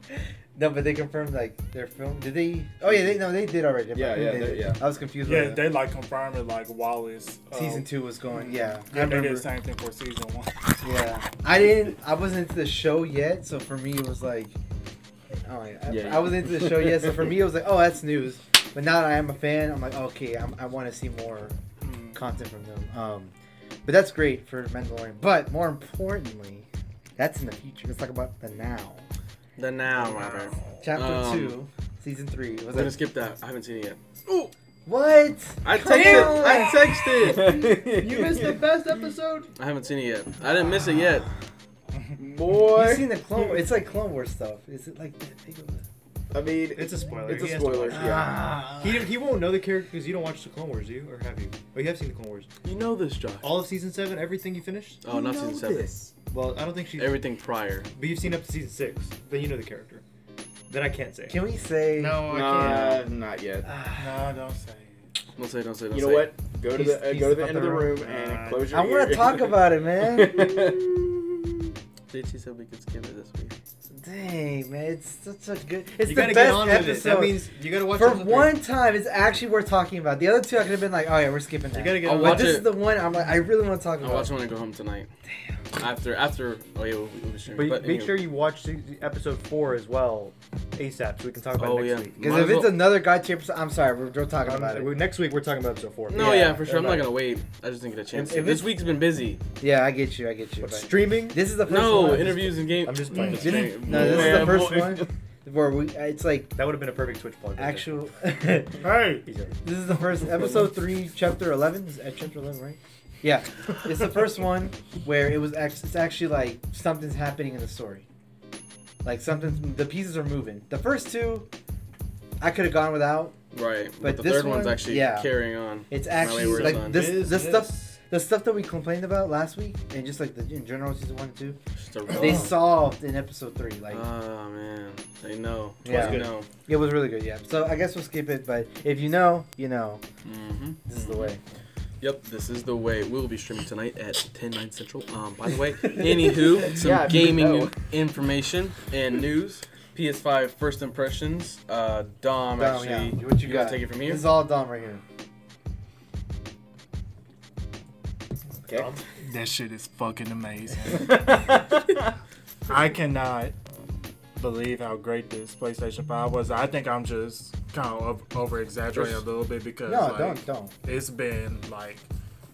C: No, but they confirmed like their film. Did they? Oh yeah, they no, they did already.
B: Yeah, yeah,
C: They
B: they-
C: did.
B: yeah.
C: I was confused.
D: Yeah,
C: Yeah,
D: they like confirming like Wallace. uh,
C: season two was going. Yeah, I
D: Yeah, they did
C: remember.
D: the same thing for season (sighs) one.
C: Yeah, I didn't. I wasn't into the show yet, so for me it was like, oh, I, I-
B: Yeah,
C: I wasn't
A: (laughs)
C: into the show yet, so for me it was like, oh, that's news. But now that I am a fan, I'm like, okay, I'm, I want to see more
D: Mm.
C: content from them. Um, but that's great for Mandalorian. But more importantly, that's in the future. Let's talk about the now.
A: The now, Robert.
C: Chapter
A: Um,
C: two, season three. Was
A: I'm gonna
C: that
A: skip that. I haven't seen it yet.
C: What?
A: I texted. I texted.
B: (laughs)
E: You missed the best episode.
A: I haven't seen it yet. I didn't miss it yet.
C: You've
B: boy.
C: seen the Clone It's like Clone Wars stuff. Is it like that big of a...
B: I mean,
E: It's a spoiler.
B: It's
E: He
B: a
E: has to
B: spoiler.
E: watch Ah,
B: Yeah.
E: He, don't- he won't know the character because you don't watch the Clone Wars, do you? Or have you? Oh, you have seen the Clone Wars.
A: You know this, Josh.
C: Oh,
E: All of season seven, everything you finished.
A: Oh, not season seven.
E: Well, I don't think she's.
A: Everything prior.
E: But you've seen up to season six. Then you know the character. Then I can't say.
C: Can we say?
D: No, I
B: Nah, not yet.
E: Ah,
D: can't. No, don't say it.
A: Don't say. Don't say. Don't
B: You know
A: say.
B: what? Go to
E: He's-
B: the uh,
E: he's
B: go to the
E: about
B: end of
E: to
B: the room
E: run.
B: and
E: Uh,
B: close your.
C: I want to talk about it, man.
B: (laughs)
A: Did she said we could skip it this week?
C: Dang, man, it's such a good. It's
E: you
C: the
E: gotta
C: best
E: get on
C: episode.
E: with it. That means you gotta watch
C: For
E: episode three.
C: one time, it's actually worth talking about. The other two, I could have been like, "Oh yeah, we're skipping that."
E: You gotta get
A: I'll
E: on.
C: but
A: watch
E: with
C: this
A: it.
C: is the one I'm like, I really want to talk
A: I
C: about.
A: watch when I go home tonight. Damn. After after. Oh yeah, we'll, we'll be
E: it.
A: streaming.
E: But,
A: But
E: make
A: anyway.
E: sure you watch se- episode four as well, ASAP, so we can talk about
A: Oh,
E: it next
A: yeah.
E: week.
C: Because
A: Might
C: if
A: as
C: it's
A: well-
C: another gotcha episode, I'm sorry, we're, we're talking
E: Um,
C: about it.
E: we- next week we're talking about episode four.
A: No, yeah,
C: Yeah,
A: for sure. I'm not
E: everybody.
A: gonna wait. I just didn't get a chance.
C: If-
A: to.
C: if
A: this
C: it's-
A: week's been busy.
C: Yeah, I get you, I get you.
E: But
C: but-
E: streaming.
C: This is the first
A: No
C: one.
A: interviews and games.
E: I'm just playing.
C: This is, no, this is
A: Man,
C: the first
A: boy.
C: one where we. It's like
E: That would have been a perfect Twitch plug. right
C: actual. (laughs)
E: there.
D: Hey,
E: He's over.
C: This is the first episode three, chapter eleven. Is at chapter eleven, right? Yeah, (laughs) it's the first one where it was. Act- it's actually like something's happening in the story. Like something, the pieces are moving. The first two, I could have gone without.
A: Right, but,
C: But
A: the
C: this
A: third one's
C: one-
A: actually
C: yeah.
A: carrying on.
C: It's
A: My
C: actually
A: wayward
C: like
A: son.
C: this. The stuff, the stuff that we complained about last week, and just like the in general season one and two,
A: Just a
C: they
A: rough-
C: solved in episode three. Like
A: Ah man, they know.
C: Yeah.
A: They know.
C: it was really good. Yeah. So I guess we'll skip it. But if you know, you know.
A: hmm
C: This is the way.
A: Yep, this is the way. We will be streaming tonight at 10, 9 central. Um, by the way, (laughs) anywho, some
B: Yeah, if you
A: gaming
B: know.
A: information and news. PS5 first impressions. Uh, Dom,
C: Dom,
A: actually,
C: yeah. What
A: wanna
C: you got?
A: Take it from
C: This
A: here.
C: is all Dom right here.
B: Okay.
D: that shit is fucking amazing.
C: (laughs)
D: I cannot believe how great this PlayStation 5 was. I think I'm just kind of over exaggerating a little bit because
C: No,
D: like,
C: don't, don't.
D: it's been like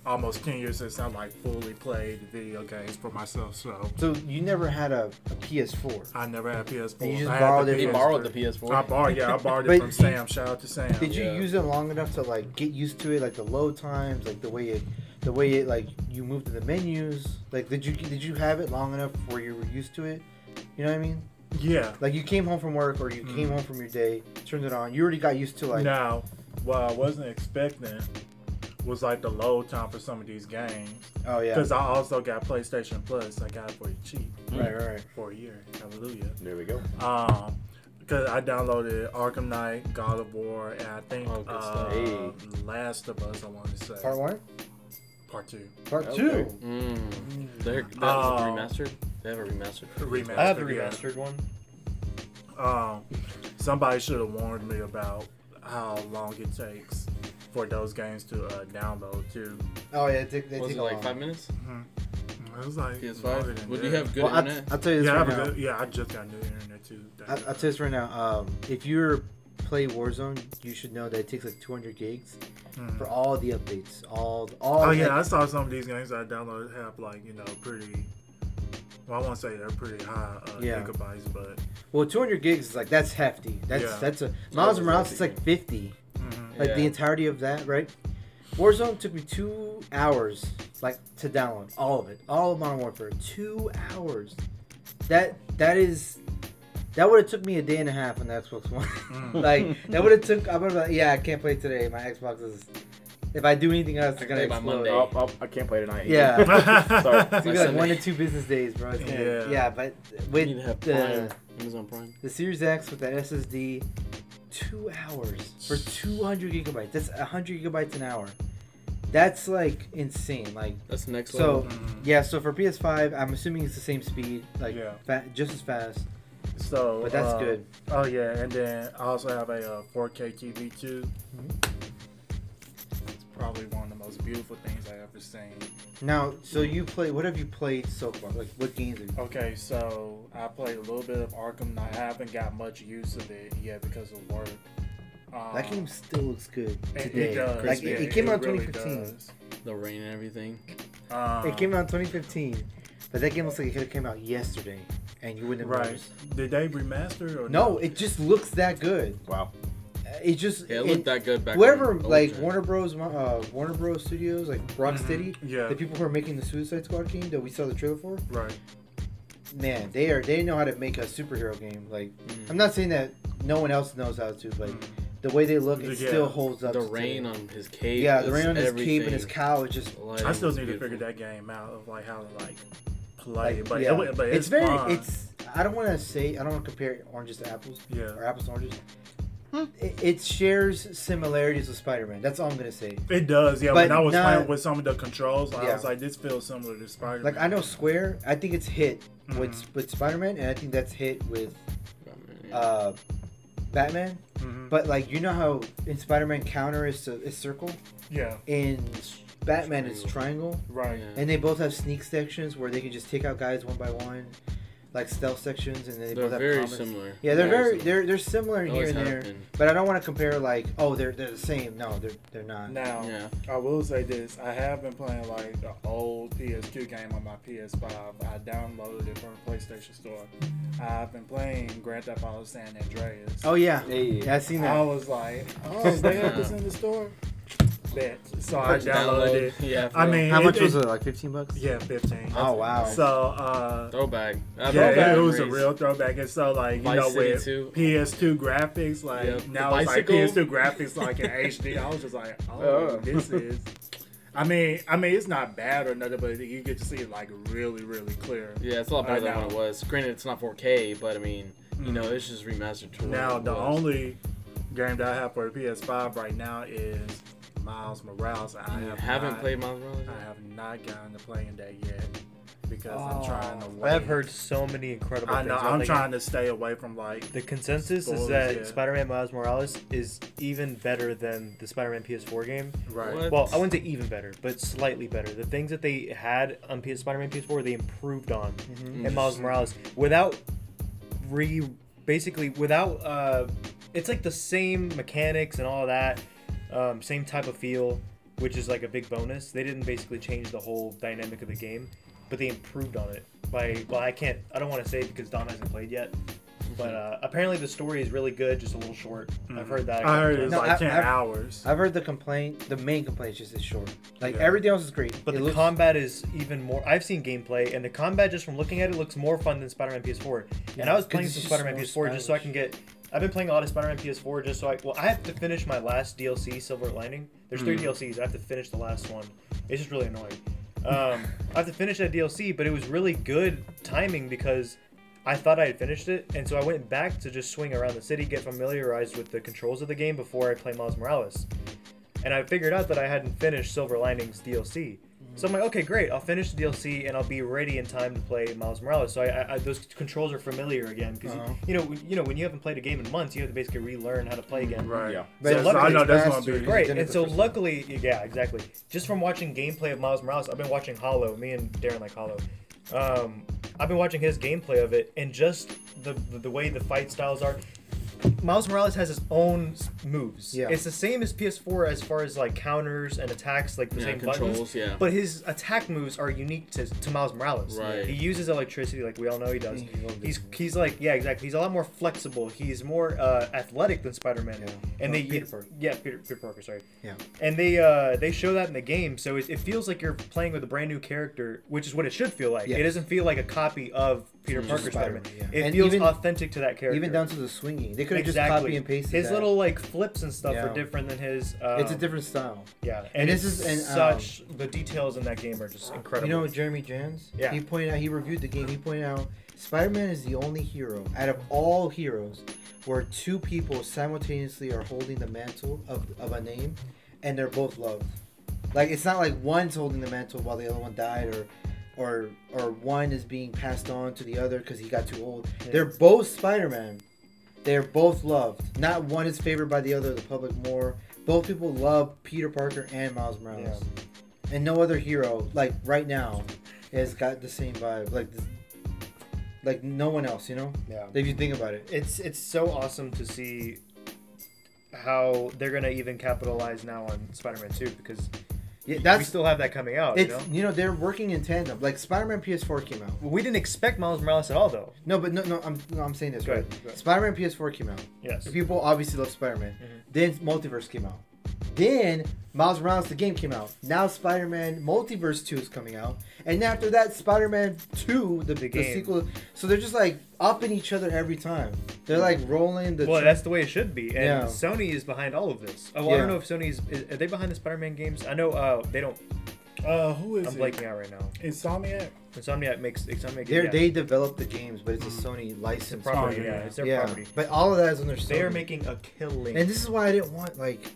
D: almost 10 years since I like fully played video games for myself. So
C: So you never had a, a PS4.
D: I never had PS4.
C: And you just
D: I had
C: borrowed
D: the
C: it
A: He
C: from-
D: PS3.
A: borrowed the
D: I
A: PS4.
C: (laughs)
D: borrowed, yeah, I borrowed
C: But
D: it from Sam. Shout out to Sam.
C: Did you
A: Yeah.
C: use it long enough to like get used to it, like the load times, like the way it, the way it like you moved to the menus? Like did you did you have it long enough where you were used to it? You know what I mean?
D: yeah.
C: Like you came home from work or you came
A: Mm.
C: home from your day, turned it on, you already got used to like.
D: now, what I wasn't expecting was like the load time for some of these games.
C: Oh yeah.
D: Because I also got PlayStation Plus. I got it for cheap
C: Right, right, right.
D: for a year. Hallelujah.
B: There we go.
D: Um, because I downloaded Arkham Knight, God of War, and I think
A: Oh, good
D: uh,
A: stuff.
B: Hey.
D: Last of Us. I want to say
C: Part one,
D: Part two,
C: part
B: Okay.
C: two.
A: Mm. They're, that
D: Um,
A: was remastered. They have a remastered.
D: remastered.
E: I have the
D: yeah.
E: remastered one.
D: Um, somebody should have warned me about how long it takes for those games to uh, download too.
C: Oh yeah, they, they
A: Was
C: take
A: it
C: a
A: like
C: long-
A: five minutes?
D: It was like longer
A: PS5.
D: than
A: Would
D: that.
A: you have good
C: Well, I,
A: internet?
C: I'll tell you this
D: Yeah, I
C: right
D: have a
C: now.
D: good, yeah, I just got new internet too.
C: I, I'll tell you this right now. Um, if you're play Warzone, you should know that it takes like 200 gigs
D: Mhm.
C: for all the updates, all all.
D: Oh yeah, I
C: like-
D: saw some of these games that I downloaded have like you know pretty. Well, I won't say they're pretty high uh,
C: Yeah.
D: gigabytes, but
C: well, 200 gigs is like that's hefty. That's
D: Yeah.
C: that's a Miles
A: always
C: Morales is
A: hefty.
C: like 50,
D: mhm.
C: like
A: Yeah.
C: the entirety of that, right? Warzone took me two hours, like to download all of it, all of Modern Warfare, two hours. That that is. That would have took me a day and a half on the Xbox (laughs) One. like that would have took. I would have. Yeah, I can't play today. My Xbox is. If I do anything else,
A: I
C: it's gonna
A: play by
C: explode.
A: Monday.
B: I'll, I'll, Oh, I can't play tonight.
C: Yeah.
B: Sorry.
D: (laughs)
C: It's gonna be
A: My
C: mm-hmm. like
A: Sunday.
C: one to two business days, bro. It's gonna-
D: Yeah.
C: yeah. but
A: We need to
C: with
A: have
C: the,
A: Prime. Amazon Prime.
C: the Series X with that SSD, two hours for 200 gigabytes. That's 100 gigabytes an hour. That's like insane. Like,
A: That's next level.
C: so,
D: Mm-hmm.
C: yeah, so for PS5, I'm assuming it's the same speed, like,
D: Yeah.
C: fa- just as fast,
D: So,
C: but that's
D: uh,
C: good.
D: Oh yeah, and then I also have a uh, 4K TV too. It's probably one of the most beautiful things I ever seen.
C: Now, so you play, what have you played so far? Like, what games have you
D: Okay, so I played a little bit of Arkham Knight. I haven't got much use of it yet because of work. Um,
C: That game still looks good
D: it-
C: today.
D: It does.
C: like, it,
D: yeah,
C: it came out in
D: really
C: 2015.
D: does.
A: the rain and everything.
D: Um,
C: It came out in 2015, but that game looks like it could have came out yesterday, and you wouldn't have
D: Right.
C: noticed.
D: Did they remaster or
C: No, it just looks that good.
B: Wow.
C: Uh, it just
A: Yeah, it
C: it-
A: looked that good back
C: whoever
A: when the old
C: like
A: trailer.
C: Warner Bros. mo- Uh, Warner Bros. Studios, like
A: Mm-hmm.
C: Rocksteady,
D: Yeah.
C: the people who are making the Suicide Squad game that we saw the trailer for,
D: Right.
C: man, they are they know how to make a superhero game. Like
A: Mm.
C: I'm not saying that no one else knows how to, but
A: Mm-hmm.
C: the way they look, it
D: Yeah.
C: still holds up.
A: the
C: to
A: rain
C: today.
A: on his cape.
C: yeah, the
A: is
C: rain on his cape
A: everything.
C: and his cow. It just
A: The lighting
D: I still
A: was
D: need to
A: beautiful.
D: figure that game out of like how to like play,
C: like,
D: it, but,
C: yeah.
D: it, but it's,
C: it's very
D: fun.
C: it's. I don't want to say I don't want to compare oranges to apples
D: yeah.
C: or apples to oranges. It, it shares similarities with Spider-Man. That's all I'm gonna say.
D: It does, yeah.
C: But
D: when I was
C: not-
D: playing with some of the controls, I
C: Yeah.
D: was like, this feels similar to Spider Man.
C: Like I know Square, I think it's hit
D: Mhm.
C: with with Spider-Man, and I think that's hit with
A: Yeah.
C: uh, Batman. But like you know how in Spider-Man counter is a, is circle,
D: yeah,
C: in Batman is triangle,
D: right.
A: Yeah.
C: and they both have sneak sections where they can just take out guys one by one, like stealth sections, and then they
A: They're
C: both have
A: very
C: comics.
A: similar.
C: Yeah, they're very
A: similar.
C: they're they're similar here
A: Always
C: and
A: have
C: there,
A: been.
C: but I don't want to compare like oh they're they're the same. No, they're they're not.
D: Now,
A: Yeah.
D: I will say this: I have been playing like the old PS2 game on my PS5. I downloaded it from the PlayStation Store. I've been playing Grand Theft Auto San Andreas.
C: Oh yeah,
B: Hey.
C: yeah, I seen
D: I
C: that.
D: was like,
C: (laughs)
D: oh, they have this in the store. Bet. So I downloaded
A: Download.
D: it.
A: Yeah.
D: I mean,
C: How
D: it-
C: much was
D: it?
C: it? Like fifteen bucks?
D: Yeah, fifteen.
C: Oh wow.
D: So, uh,
A: throwback.
D: yeah,
A: That's
D: it-
A: throwback
D: it was a
A: memories.
D: real throwback. And so, like, you
A: Vice
D: know,
A: City
D: with
A: 2.
D: PS2 graphics, like
A: Yep. The
D: now it's like
A: bicycle.
D: PS2 graphics, like in HD. I was just like,
C: (laughs)
D: oh,
C: Uh.
B: Oh.
D: this is. I mean, I mean, it's not bad or nothing, but you get to see it like really, really clear.
A: Yeah, it's a lot better
D: I
A: than
D: know. Mm-hmm.
A: what it was. Granted, it's not 4K, but I mean, you know, it's just remastered to what
D: Now,
A: it
D: the
A: was.
D: only game that I have for the PS5 right now is Miles Morales. I
A: You
D: have
A: haven't
D: not-
A: played Miles Morales.
D: I have not gotten to playing that yet because
E: Oh,
D: I'm trying to. wait.
E: I've heard so many incredible
D: I
E: things.
D: know.
E: I
D: I'm
E: think
D: trying to stay away from like.
E: The consensus is
D: Spoilers,
E: that
D: yeah.
E: Spider-Man Miles Morales is even better than the Spider-Man PS4 game.
D: Right.
A: What?
E: Well, I wouldn't say even better, but slightly better. The things that they had on PS- Spider-Man PS4, they improved on in Miles Morales without re, basically without. Uh, it's like the same mechanics and all that, um, same type of feel, which is like a big bonus. They didn't basically change the whole dynamic of the game, but they improved on it by. Well, I can't. I don't want to say because Don hasn't played yet. But uh, apparently the story is really good, just a little short. I've heard that. a
D: I
E: couple
D: heard
E: times.
D: it's
C: No,
D: like
C: I-
D: 10
C: I've-
D: hours.
C: I've heard the complaint. The main complaint is just it's short. Like
D: Yeah.
C: everything else is great,
E: But
C: It
E: the
C: looks-
E: combat is even more. I've seen gameplay, and the combat just from looking at it looks more fun than Spider-Man PS4. and I was
C: 'cause
E: playing
C: it's
E: some
C: just
E: Spider-Man
C: more
E: PS4 just so I can get. I've been playing a lot of Spider-Man PS4 just so I. Well, I have to finish my last DLC, Silver Lining. There's
C: Hmm.
E: three DLCs. I have to finish the last one. It's just really annoying. Um, I have to finish that DLC, but it was really good timing because I thought I had finished it, and so I went back to just swing around the city, get familiarized with the controls of the game before I play Miles Morales and I figured out that I hadn't finished Silver Linings DLC. So I'm like, okay, great. I'll finish the DLC and I'll be ready in time to play Miles Morales. So I, I, I those controls are familiar again because
C: Uh-huh.
E: you know, when- you know, when you haven't played a game in months, you have to basically relearn how to play again.
D: Right.
B: Yeah.
C: But
D: So,
E: it
D: so
E: looks
D: I know
C: like
D: that's going
C: faster.
D: to be.
E: Great.
C: Identical
E: And so
C: for some.
E: luckily, yeah, exactly. Just from watching gameplay of Miles Morales, I've been watching Hollow. Me and Darren like Hollow. Um, I've been watching his gameplay of it, and just the the, the way the fight styles are. Miles Morales has his own s- moves.
C: Yeah.
E: It's the same as PS4 as far as like counters and attacks, like the
A: Yeah,
E: same buttons.
A: controls, yeah.
E: But his attack moves are unique to, to Miles Morales.
A: Right.
E: He uses electricity, like we all know he does.
C: He's a little
E: He's
C: different.
E: he's like yeah, exactly. He's a lot more flexible. He's more uh, athletic than Spider-Man.
C: Yeah.
E: And
C: Or
E: they
C: Peter Parker.
E: yeah, Peter, Peter Parker, sorry.
C: Yeah.
E: And they uh, they show that in the game, so it, it feels like you're playing with a brand new character, which is what it should feel like.
C: Yeah.
E: It doesn't feel like a copy of Peter
A: Just
E: Parker Spider-Man.
C: Spider-Man, yeah.
E: It
C: And
E: feels
C: even-
E: authentic to that character.
C: even down to the swinging, they could have just copy and pasted
E: his
C: that.
E: little like flips and stuff
C: Yeah.
E: are different than his. Um,
C: it's a different style.
E: yeah, and,
C: and
E: this
C: this
E: is
C: is an, um,
E: such the details in that game are just incredible.
C: You know Jeremy Jans?
E: Yeah.
C: He pointed out he reviewed the game. He pointed out Spider-Man is the only hero out of all heroes where two people simultaneously are holding the mantle of, of a name and they're both loved. Like it's not like one's holding the mantle while the other one died or or or one is being passed on to the other because he got too old. They're both Spider-Man. They're both loved. Not one is favored by the other, the public more. Both people love Peter Parker and Miles Morales
E: Yeah.
C: and no other hero like right now has got the same vibe like this, like no one else you know
E: yeah.
C: if you think about it
E: it's it's so awesome to see how they're gonna even capitalize now on Spider-Man 2 because
C: Yeah,
E: we
C: that's
E: still have that coming out. You
C: it's
E: know,
C: you know they're working in tandem. Like Spider-Man PS4 came out.
E: Well, we didn't expect Miles Morales at all, though.
C: No, but no, no, I'm no, I'm saying this
E: Go
C: right.
E: ahead, go ahead. Mm-hmm.
C: Spider-Man PS4 came out.
E: Yes.
C: People obviously love Spider-Man. Then Multiverse came out. Then Miles Morales the game came out. Now Spider-Man Multiverse 2 is coming out. And after that Spider-Man 2 the, the,
E: game.
C: sequel. So they're just like upping each other every time. They're like rolling the
E: Mm-hmm. Well,
C: tr-
E: that's the way it should be, and
C: Yeah.
E: Sony is behind all of this. Oh, I
C: Yeah.
E: don't know if Sony's is, are they behind the Spider-Man games? I know uh, they don't.
D: Uh, who is
E: I'm
D: it?
E: blanking out right now.
D: Insomniac.
E: Insomniac makes Insomniac.
C: they're,
E: yeah, Mm-hmm.
C: they develop the games, but it's a Sony license.
E: property.
D: Oh,
E: yeah,
D: yeah.
E: it's their
C: yeah,
E: property.
C: but all of that is under Sony.
E: They are making a killing.
C: and this is why I didn't want like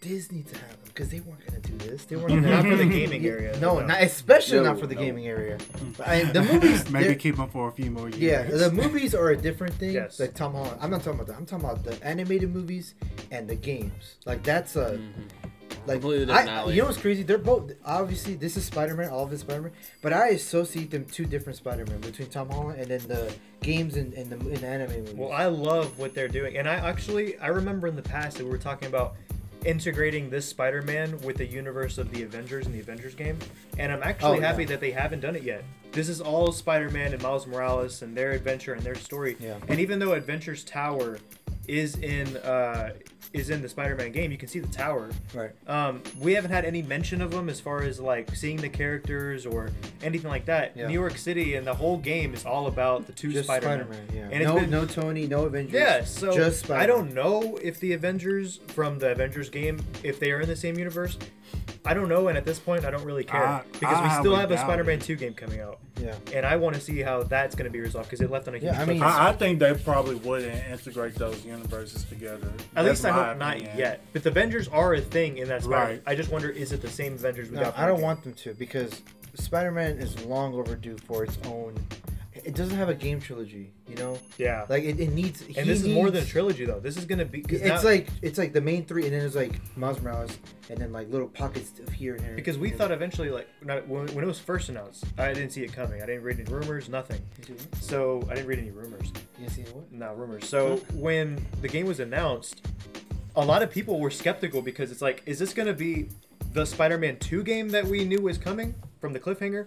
C: Disney to have them because they weren't gonna do this. They weren't gonna
E: not for the gaming
C: Yeah,
E: area. Hmm.
C: No, not especially
B: No,
C: not for the
B: no.
C: gaming area. But I,
D: (laughs)
C: the
E: (laughs)
C: movies,
D: Maybe
C: they're-
D: keep him for a few more years.
C: yeah, the movies are a different thing.
E: Yes.
C: Like Tom Holland, I'm not talking about that. I'm talking about the animated movies and the games. Like that's a
A: Mm-hmm,
C: like
A: Hmm. Completely different
C: I,
A: alley.
C: you know what's crazy? They're both obviously this is Spider-Man, all of it's Spider-Man, but I associate them two different Spider-Man between Tom Holland and then the games and, and the and the anime movies.
E: Well, I love what they're doing, and I actually I remember in the past that we were talking about integrating this Spider-Man with the universe of the Avengers and the Avengers game, and I'm actually
C: Oh,
E: happy
C: yeah.
E: that they haven't done it yet. This is all Spider-Man and Miles Morales and their adventure and their story.
C: Yeah.
E: And even though Adventures Tower is in uh, is in the Spider-Man game, you can see the tower.
C: right.
E: Um, we haven't had any mention of them as far as like seeing the characters or anything like that.
C: Yeah.
E: New York City and the whole game is all about the 2
C: Just
E: Spider-Man.
C: Spider-Man. yeah.
E: And it's
C: no,
E: been-
C: no Tony, no Avengers.
E: yeah, so
C: just Spider-Man.
E: I don't know if the Avengers from the Avengers game, if they are in the same universe. I don't know, and at this point, I don't really care
C: Ah,
D: I-
E: because we
D: I
E: still
D: would
E: have a
D: doubt
E: Spider-Man
D: it.
E: 2 game coming out,
C: Yeah.
E: and I want to see how that's going to be resolved because it left on a huge.
C: Yeah, I mean-
E: cliffhanger.
D: I, I think they probably wouldn't integrate those universes together.
E: at
D: That's
E: least I
D: my
E: hope not
D: opinion.
E: yet. But the Avengers are a thing in that Spider.
D: Right.
E: I just wonder, is it the same Avengers? we
C: No,
E: got from
C: I
E: the
C: don't
E: game?
C: want them to because Spider-Man is long overdue for its own. It doesn't have a game trilogy, you know.
E: Yeah,
C: Like it, it needs. he
E: and this is more than a
C: needs-
E: trilogy though. This is going to be. 'cause
C: It's
E: now-
C: like it's like the main three, and then it's like Miles Morales, and then like little pockets of here and here.
E: Because we thought eventually, like not, when, when it was first announced, I didn't see it coming. I didn't read any rumors, nothing.
C: You
E: So I didn't read any rumors.
C: didn't see what?
E: not rumors. So when the game was announced, a lot of people were skeptical because it's like, is this going to be the Spider-Man 2 game that we knew was coming from the cliffhanger?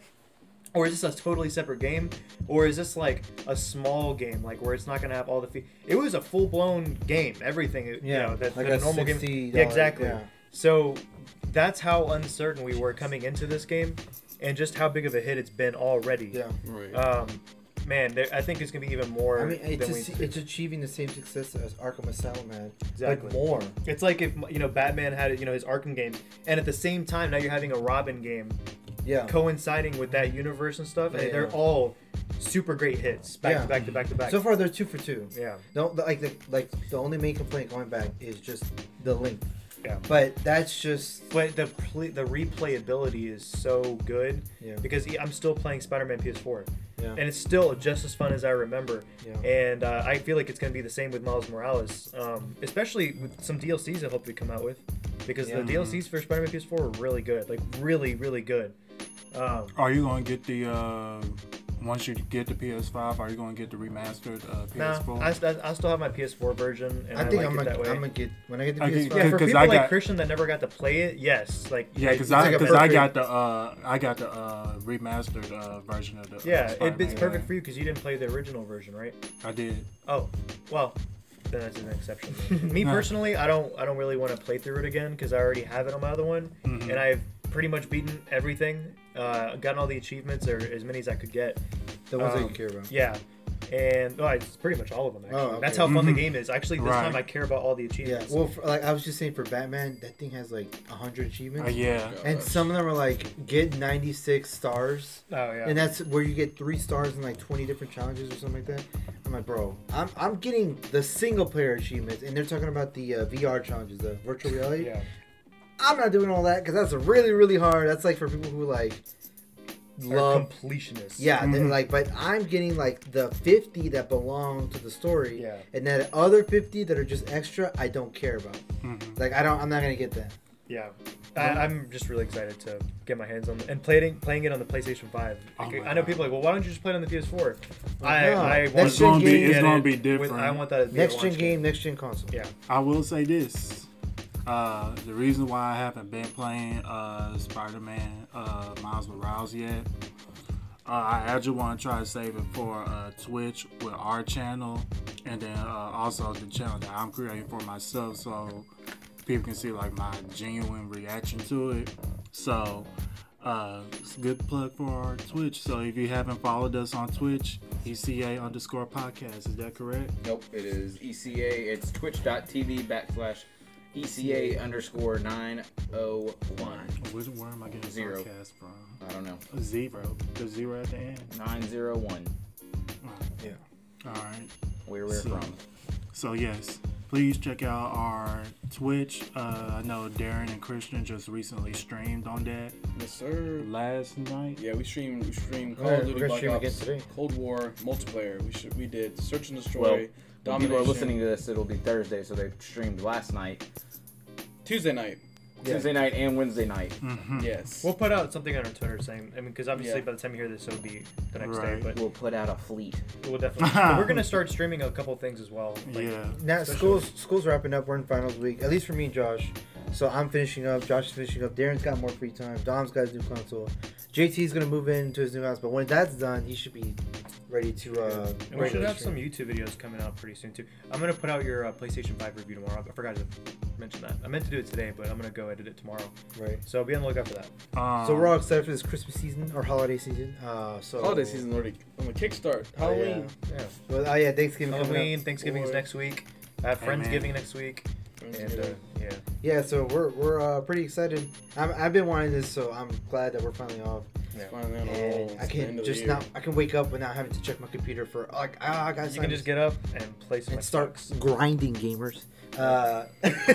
E: Or is this a totally separate game? Or is this like a small game, like where it's not going to have all the fee? It was a full-blown game, everything. Yeah, you
C: Yeah,
E: know, that,
C: like
E: that
C: a
E: a normal game.
C: $60,
E: Yeah, exactly.
C: yeah.
E: So that's how uncertain we were coming into this game, and just how big of a hit it's been already.
C: Yeah,
A: Right.
D: Uh,
E: Um, man, there, I think it's gonna be even more.
C: I mean it's
E: than we-
C: just- it's achieving the same success as Arkham Asylum had,
E: Exactly.
C: but more.
E: It's like if you know Batman had you know his Arkham game, and at the same time now you're having a Robin game
C: Yeah,
E: coinciding with that universe and stuff, and
C: Oh. Yeah.
E: they're all super great hits back
C: Yeah.
E: to back to back to back.
C: so far they're two for two.
E: yeah,
C: Don't like the like the only main complaint going back is just the length,
E: yeah.
C: but that's just
E: But the pl- the replayability is so good
C: Yeah.
E: because e- I'm still playing Spider-Man PS4,
C: Yeah.
E: and it's still just as fun as I remember.
C: Yeah.
E: And uh, I feel like it's gonna be the same with Miles Morales, um, especially with some DLCs I hope they come out with, because
C: Yeah.
E: the DLCs for Spider-Man PS4 were really good, like really really good. Um,
D: Are you gonna get the uh once you get the PS5? Are you gonna get the remastered uh,
E: Nah,
D: PS4?
E: I, st- I still have my PS4 version, and I,
C: I think
E: like
C: I'm
E: it
C: gonna
E: that way.
C: I'm gonna get when I get the
D: Okay,
C: PS5.
D: yeah,
E: yeah, for
D: 'cause
E: people
D: I
E: like
D: got-
E: Christian that never got to play it, yes, like
D: yeah, because
E: it's
D: I
E: like a
D: because I
E: perfect-
D: got the uh I got the uh remastered uh version of the uh,
E: yeah, it, it's
D: Spider-Man
E: perfect for
D: game.
E: you because you didn't play the original version, right?
D: I did.
E: Oh, well, then that's an
C: (laughs)
E: exception. Me
D: No.
E: personally, I don't I don't really want to play through it again because I already have it on my other one,
D: Mm-hmm.
E: and I've pretty much beaten everything, uh, gotten all the achievements or as many as I could get.
C: The ones that
E: Um,
C: you care about.
E: Yeah. And well, it's pretty much all of them. Actually,
C: Oh, okay.
E: that's how fun the
D: Mhm.
E: game is. Actually, this
D: Right.
E: time I care about all the
C: Yeah.
E: achievements.
C: Well, for, like I was just saying for Batman, that thing has like 100 achievements.
D: Uh, yeah.
C: And some of them are like get 96 stars.
E: oh yeah.
C: And that's where you get 3 stars in like 20 different challenges or something like that. I'm like, "Bro, I'm I'm getting the single player achievements and they're talking about the uh, VR challenges, the virtual reality.
E: yeah.
C: I'm not doing all that cuz that's really really hard. That's like for people who like
E: Love.
C: love
E: Completionist.
C: yeah, they're
D: Mhm.
C: like, but I'm getting like the 50 that belong to the story,
E: Yeah.
C: and that other 50 that are just extra, I don't care about.
D: Mhm.
E: Mm-hmm.
C: Like, I don't, I'm not gonna get that.
E: Yeah. I, I'm just really excited to get my hands on the, and playing playing it on the PlayStation Five.
D: Oh
E: Like,
D: my
E: I know
D: God.
E: people are like, well, why don't you just play it on the PS4?
C: no.
E: I, I
C: That's
E: want
D: It's gonna be
C: game
D: it's
E: get
D: gonna
E: it
D: be
E: with-
D: different.
E: I want that to be a
C: Next gen
E: launch
C: game, next gen console.
E: Yeah.
D: I will say this. Uh, the reason why I haven't been playing uh, Spider-Man uh, Miles Morales yet, uh, I actually want to try to save it for uh, Twitch with our channel, and then uh, also the channel that I'm creating for myself, so people can see like my genuine reaction to it. So uh, it's a good plug for our Twitch. So if you haven't followed us on Twitch, ECA underscore podcast, is that correct?
B: Nope, it is ECA. It's twitch.tv backslash ECA underscore 901.
D: Where, where am I getting
B: Zero.
D: podcast from?
B: I don't know.
D: Zero. The zero at the end.
B: 901.
C: Yeah.
D: All right.
B: Where we're
D: So-
B: from.
D: So yes, please check out our Twitch. Uh, I know Darren and Christian just recently streamed on that
A: Yes, sir.
D: last night.
A: Yeah, we streamed we streamed Call
C: Yeah,
A: of Duty
C: we're
A: Black
C: streaming
A: Ops,
C: again today.
A: Cold War multiplayer. We should we did Search and Destroy.
B: Well, When people
A: Domination,
B: are listening to this, it'll be Thursday, so they streamed last night,
A: Tuesday night.
C: Yeah.
B: Tuesday night, and Wednesday night.
D: Mhm.
A: Yes.
E: We'll put out something on our Twitter saying, I mean, because obviously
A: Yeah.
E: by the time you hear this, it'll be the next
D: Right.
E: day.
B: We'll put out a fleet.
E: But we'll
D: (laughs)
E: definitely. but we're gonna start streaming a couple things as well. Like,
D: yeah.
C: Now
E: Especially-
C: school's school's wrapping up. We're in finals week, at least for me and Josh. So I'm finishing up. Josh is finishing up. Darren's got more free time. Dom's got his new console. JT's gonna move into his new house, but when that's done, he should be ready to. Uh,
E: And we should
C: regularly
E: have some
C: stream.
E: YouTube videos coming out pretty soon too. I'm gonna put out your uh, PlayStation 5 review tomorrow. I forgot to mention that. I meant to do it today, but I'm gonna go edit it tomorrow.
C: Right.
E: So be on the lookout for that.
D: Um,
C: So we're all excited for this Christmas season or holiday season. Uh, so
A: Holiday season already on the kickstart.
C: Oh, yeah.
A: Halloween.
E: Yeah.
C: Well, oh yeah, Thanksgiving. coming up.
E: Halloween, Thanksgiving is
A: Or-
E: next week. I have
D: Amen.
E: Friendsgiving next week, and uh, yeah.
C: Yeah, so we're we're uh, pretty excited. I'm, I've been wanting this, so I'm glad that we're finally off.
A: Finally on a roll.
C: And
A: Oh, It's
C: I
A: the end
C: can
A: of the
C: just
A: year.
C: not. I can wake up without having to check my computer for like ah, I got.
E: You can just get up and play some
C: and start (laughs)
E: (laughs) Xbox.
C: grinding gamers.
A: (laughs)
C: Uh, (laughs)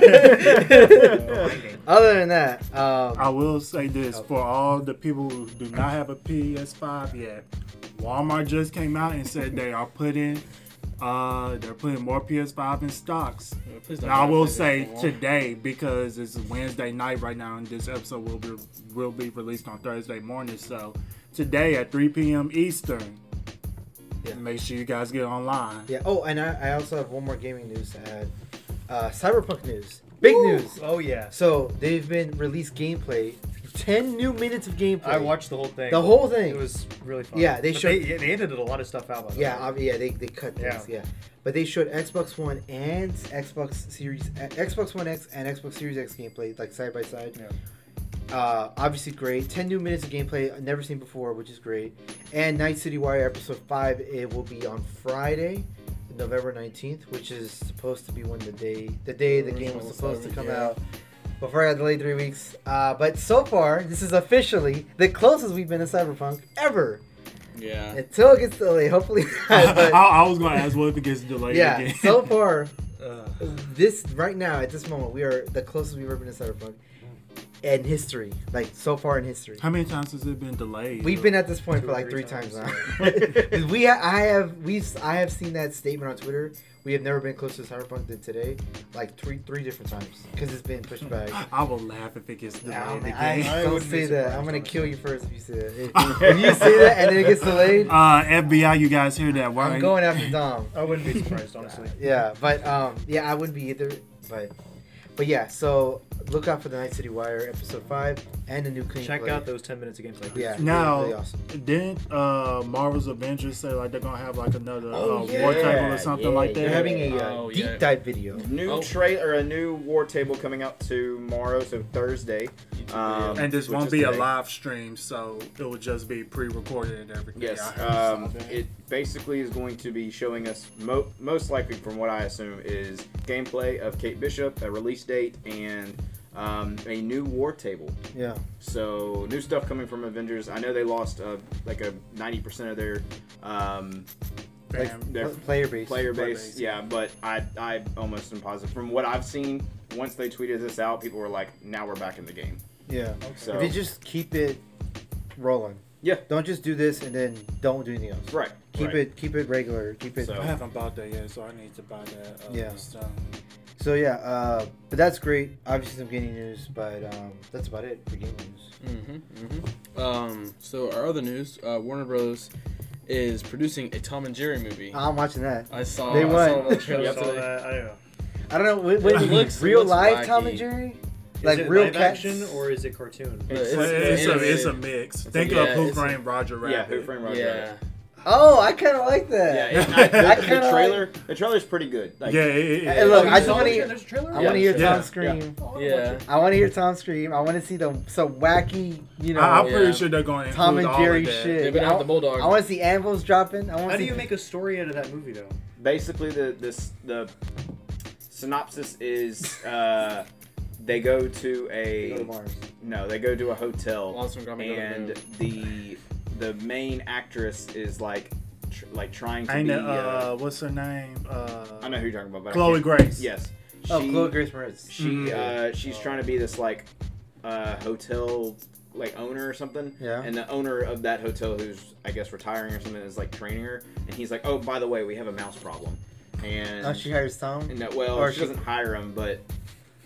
E: Grinding.
C: other than that, um,
D: I will say this for all the people who do not have a PS5 yet, Walmart just came out and said they are putting, uh, they're putting more PS5 in stocks.
A: Yeah, Uh, please don't
D: Now,
A: do
D: I
A: that.
D: will
A: Please
D: say
A: don't.
D: today because it's Wednesday night right now, and this episode will be will be released on Thursday morning. So today at 3 p.m. Eastern,
C: Yeah.
D: make sure you guys get online.
C: yeah. Oh, and I, I also have one more gaming news to add. Uh, Cyberpunk news, big news.
E: Oh yeah.
C: So they've been released gameplay, ten new minutes of gameplay.
E: I watched the whole thing.
C: The whole thing.
E: It was really fun.
C: Yeah, they
E: But
C: showed-
E: They, they edited a lot of stuff out. by the
C: Yeah,
E: way.
C: ob- yeah, they, they cut
E: Yeah.
C: things. Yeah. but they showed Xbox One and Xbox Series eh, Xbox One X and Xbox Series X gameplay like side by side. Uh, obviously great. Ten new minutes of gameplay I've never seen before, which is great. And Night City Wire episode five it will be on Friday, November nineteenth, which is supposed to be when the day the day the game was
A: Original
C: supposed to
A: Cyber-
C: come
A: yeah.
C: out. Before I got delayed three weeks, uh, but so far this is officially the closest we've been to Cyberpunk ever.
A: Yeah.
C: Until it gets delayed,
D: (laughs)
C: hopefully not.
D: I,
C: But
D: I was going to ask what if it gets delayed
C: yeah,
D: again. (laughs)
C: so far,
E: Uh,
C: this right now at this moment, we are the closest we've ever been to Cyberpunk in history. Like so far in history,
D: How many times has it been delayed?
C: we've been at this point
E: Two
C: for
E: or
C: like three
E: three
C: times now.
E: times.
C: (laughs) 'Cause we, ha- I have, we've, I have seen that statement on Twitter. We have never been closer to Cyberpunk than today, like three, three different times because it's been pushed
D: (laughs)
C: back.
D: I will laugh if it gets delayed
C: Nah, man,
D: again.
C: I, (laughs)
E: I
C: don't
E: wouldn't be
C: say that.
E: surprised,
C: I'm gonna
E: honestly.
C: kill you first if you say that.
D: (laughs)
C: If, if you say that and then it gets delayed,
D: uh, FBI, you guys hear that? Why?
C: I'm going after Dom.
E: I wouldn't
C: (laughs)
E: be surprised honestly.
C: Yeah, but um, yeah, I wouldn't be either. But, but yeah, so look out for the Night City Wire episode five and the new clean.
E: Check
C: plate.
E: out those 10 minutes of gameplay.
C: Yeah.
D: Now-
C: really, really awesome.
D: Didn't uh, Marvel's Avengers say like they're gonna have like another
C: Oh,
D: uh,
C: yeah,
D: war table or something
B: yeah,
D: like that?
C: They're having a uh,
A: Oh,
C: deep
A: yeah.
C: dive video.
B: New
A: Oh.
B: tray or a new war table coming out tomorrow, so Thursday.
A: YouTube
B: Um,
A: video.
D: And this
B: which
D: won't
B: is
D: be a
B: today.
D: live stream, so it will just be pre-recorded and everything.
B: Yes,
D: I heard
B: um,
D: something.
B: it basically is going to be showing us mo- most likely, from what I assume, is gameplay of Kate Bishop, a release date, and um, a new war table.
C: Yeah.
B: So new stuff coming from Avengers. I know they lost uh, like a ninety percent of their um,
C: Like
D: Fam.
B: They're-
C: pl- player base.
B: player base.
D: base.
B: Yeah, but I I almost am positive from what I've seen. Once they tweeted this out, people were like, "Now we're back in the game."
C: Yeah.
B: So
C: If you just keep it rolling.
B: Yeah.
C: Don't just do this and then don't do anything else.
B: right,
C: Keep
B: right.
C: it keep it regular. Keep it.
B: So-
C: So,
D: I haven't bought that yet, so I need to buy that. Uh,
C: Yeah.
D: Stone.
C: yeah, uh, but that's great. Obviously some gaming news, but um, that's about it for gaming news.
A: Mhm, mhm. Um, so our other news, uh, Warner Bros. is producing a Tom and Jerry movie.
C: I'm watching that.
A: I saw.
C: Uh, They
A: I
C: won.
A: saw it on the
E: I
A: trailer
E: saw
A: today.
E: that. I don't know.
C: I don't know. What, what
A: It looks-
C: real
A: looks
C: live
A: wacky.
C: Tom and Jerry,
E: Is
C: like
E: it
C: real
E: live
C: cats?
E: action or is it cartoon?
D: It's,
A: it's-
D: it's
A: it's
D: a, it's a
A: animated.
D: mix.
A: It's
D: Think
A: like-
D: of
A: yeah,
D: Who
A: it's a-
D: Framed Roger Rabbit.
B: Yeah, Who Framed Roger
A: yeah.
C: (laughs)
B: Rabbit.
C: Oh, I kind of like
B: Yeah,
C: that.
B: it's not-
C: I
B: the,
C: kinda
B: the trailer. The trailer's pretty good. Like,
D: yeah, it- it-
C: Hey, look, I just
E: saw
C: want
E: the tra-
C: to.
E: there's a trailer?
C: I
B: Yeah,
C: want to hear
D: yeah,
C: Tom scream.
A: Yeah.
C: I want to hear Tom scream. I want to see the some wacky, you know,
D: I, am
A: yeah.
D: pretty sure they're going to include
C: Tom and
D: all
C: Jerry
D: of that.
C: shit.
A: They better
C: I-
A: have the bulldog.
C: I want to see anvils dropping. I want
E: How
C: to
E: do
C: see.
E: you make a story out of that movie though?
B: basically the this the synopsis is uh they go to a
C: Go to Mars.
B: no they go to a hotel
A: Lost and Gromit go to the
B: and
A: moon.
B: the the main actress is like tr- like trying to
D: I
B: be
D: know.
B: uh,
D: Uh, what's her name? Uh,
B: I know who you're talking about but I can't-
D: Chloe Grace.
B: yes
C: Oh,
B: She-
C: Chloe Grace Moretz.
B: she
D: Mhm.
C: Mm-hmm.
B: uh she's trying to be this like uh hotel like owner or something
C: Yeah.
B: and the owner of that hotel who's i guess retiring or something is like training her and he's like oh by the way we have a mouse problem and
C: Oh, she hires Tom. (laughs)
B: No, well,
C: Or
B: she,
C: she-
B: doesn't hire him, but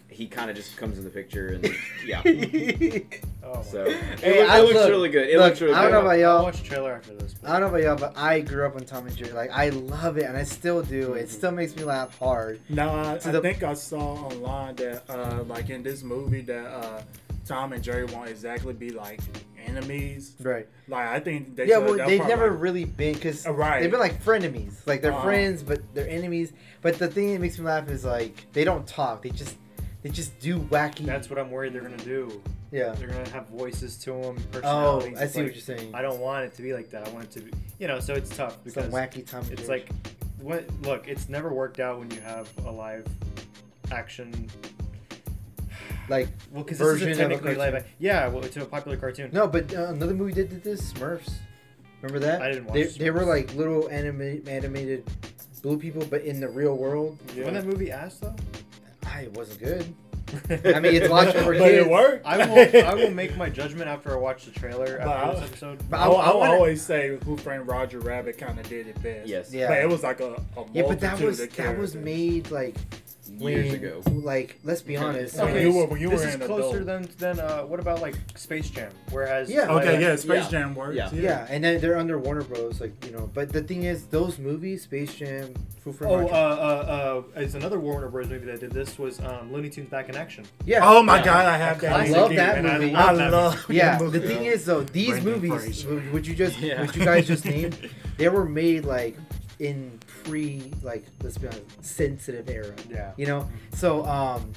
B: he kind of just comes in the picture, and
C: (laughs)
B: yeah.
C: hey,
E: Oh my
B: So
E: God.
B: it,
C: Hey,
B: it
C: I
B: looks
C: look-
B: really good. It
C: look,
B: looks really
C: I don't
B: good.
C: know about
E: I'll
C: y'all.
E: watch the trailer after this. but-
C: I don't know about y'all, but I grew up on Tom and Jerry. Like I love it, and I still do. It still makes me laugh hard.
D: No, I,
C: To
D: I
C: the-
D: think I saw online that, uh, like in this movie, that uh, Tom and Jerry won't exactly be like enemies.
C: Right.
D: Like I think they
C: yeah,
D: should-
C: well,
D: that
C: they've
D: part,
C: never
D: like-
C: really been because
D: Uh, right.
C: they've been like frenemies. Like they're
D: Uh-huh.
C: friends, but they're enemies. But the thing that makes me laugh is like they don't talk. They just they just do wacky.
E: That's what I'm worried they're gonna do.
C: yeah.
E: They're gonna have voices to them,
C: Oh,
E: personalities.
C: I see
E: like,
C: what you're saying.
E: I don't want it to be like that. I want it to be, you know. So it's tough
C: It's like
E: because
C: wacky Tom and
E: it's
C: Jerry.
E: like, what? Look, it's never worked out when you have a live action. (sighs)
C: like
E: Well, because this
C: Version
E: is
C: of a
E: technically live.
C: cartoon.
E: ac- Yeah, well, to a popular cartoon.
C: no, but uh, another movie that did this Smurfs. Remember that?
E: I didn't watch
C: They, they were
E: Smurfs.
C: like little anima- animated blue people, but in the real world,
E: When that movie asked though,
C: I it wasn't good. I mean, it's watching for
D: (laughs) But
C: kids.
D: it worked.
E: I will. I will make my judgment after I watch the trailer
D: But I-
E: after this episode.
C: But
D: I,
C: I-
D: will
C: I wanna-
D: always say Who Framed Roger Rabbit kind of did it best.
B: Yes.
C: Yeah.
D: But it was like a, a
C: yeah, but that
D: multitude
C: was
D: of
C: that was
D: characters.
C: made like when,
B: Years ago.
C: Like, let's be honest.
D: When
E: Okay,
D: you were when you
E: this
D: were
E: is
D: an
E: closer
D: adult.
E: than than uh, what about like Space Jam? Whereas
C: Yeah.
E: like,
D: Okay, yeah, Space
B: Yeah.
D: Jam works.
B: Yeah.
D: Yeah.
C: Yeah, and then they're under Warner Bros. Like you know, but the thing is, those movies, Space Jam, Foo Fighters,
E: Oh, uh, uh, uh, it's another Warner Bros. movie that did this was um, Looney Tunes Back in Action.
C: yeah,
D: Oh my
B: Yeah.
D: God, I have that.
C: I
D: as a
C: love
D: kid,
C: that
D: and I
C: movie.
D: love,
E: I love
D: that
C: yeah.
D: movie.
C: The thing is, though, these
D: Brendan
C: movies,
D: Fraser.
C: would- would you just,
A: Yeah.
C: would you guys just name,
A: (laughs)
C: they were made like in pre, like let's be honest, sensitive era.
E: Yeah.
C: You know,
A: Mm-hmm.
C: so um,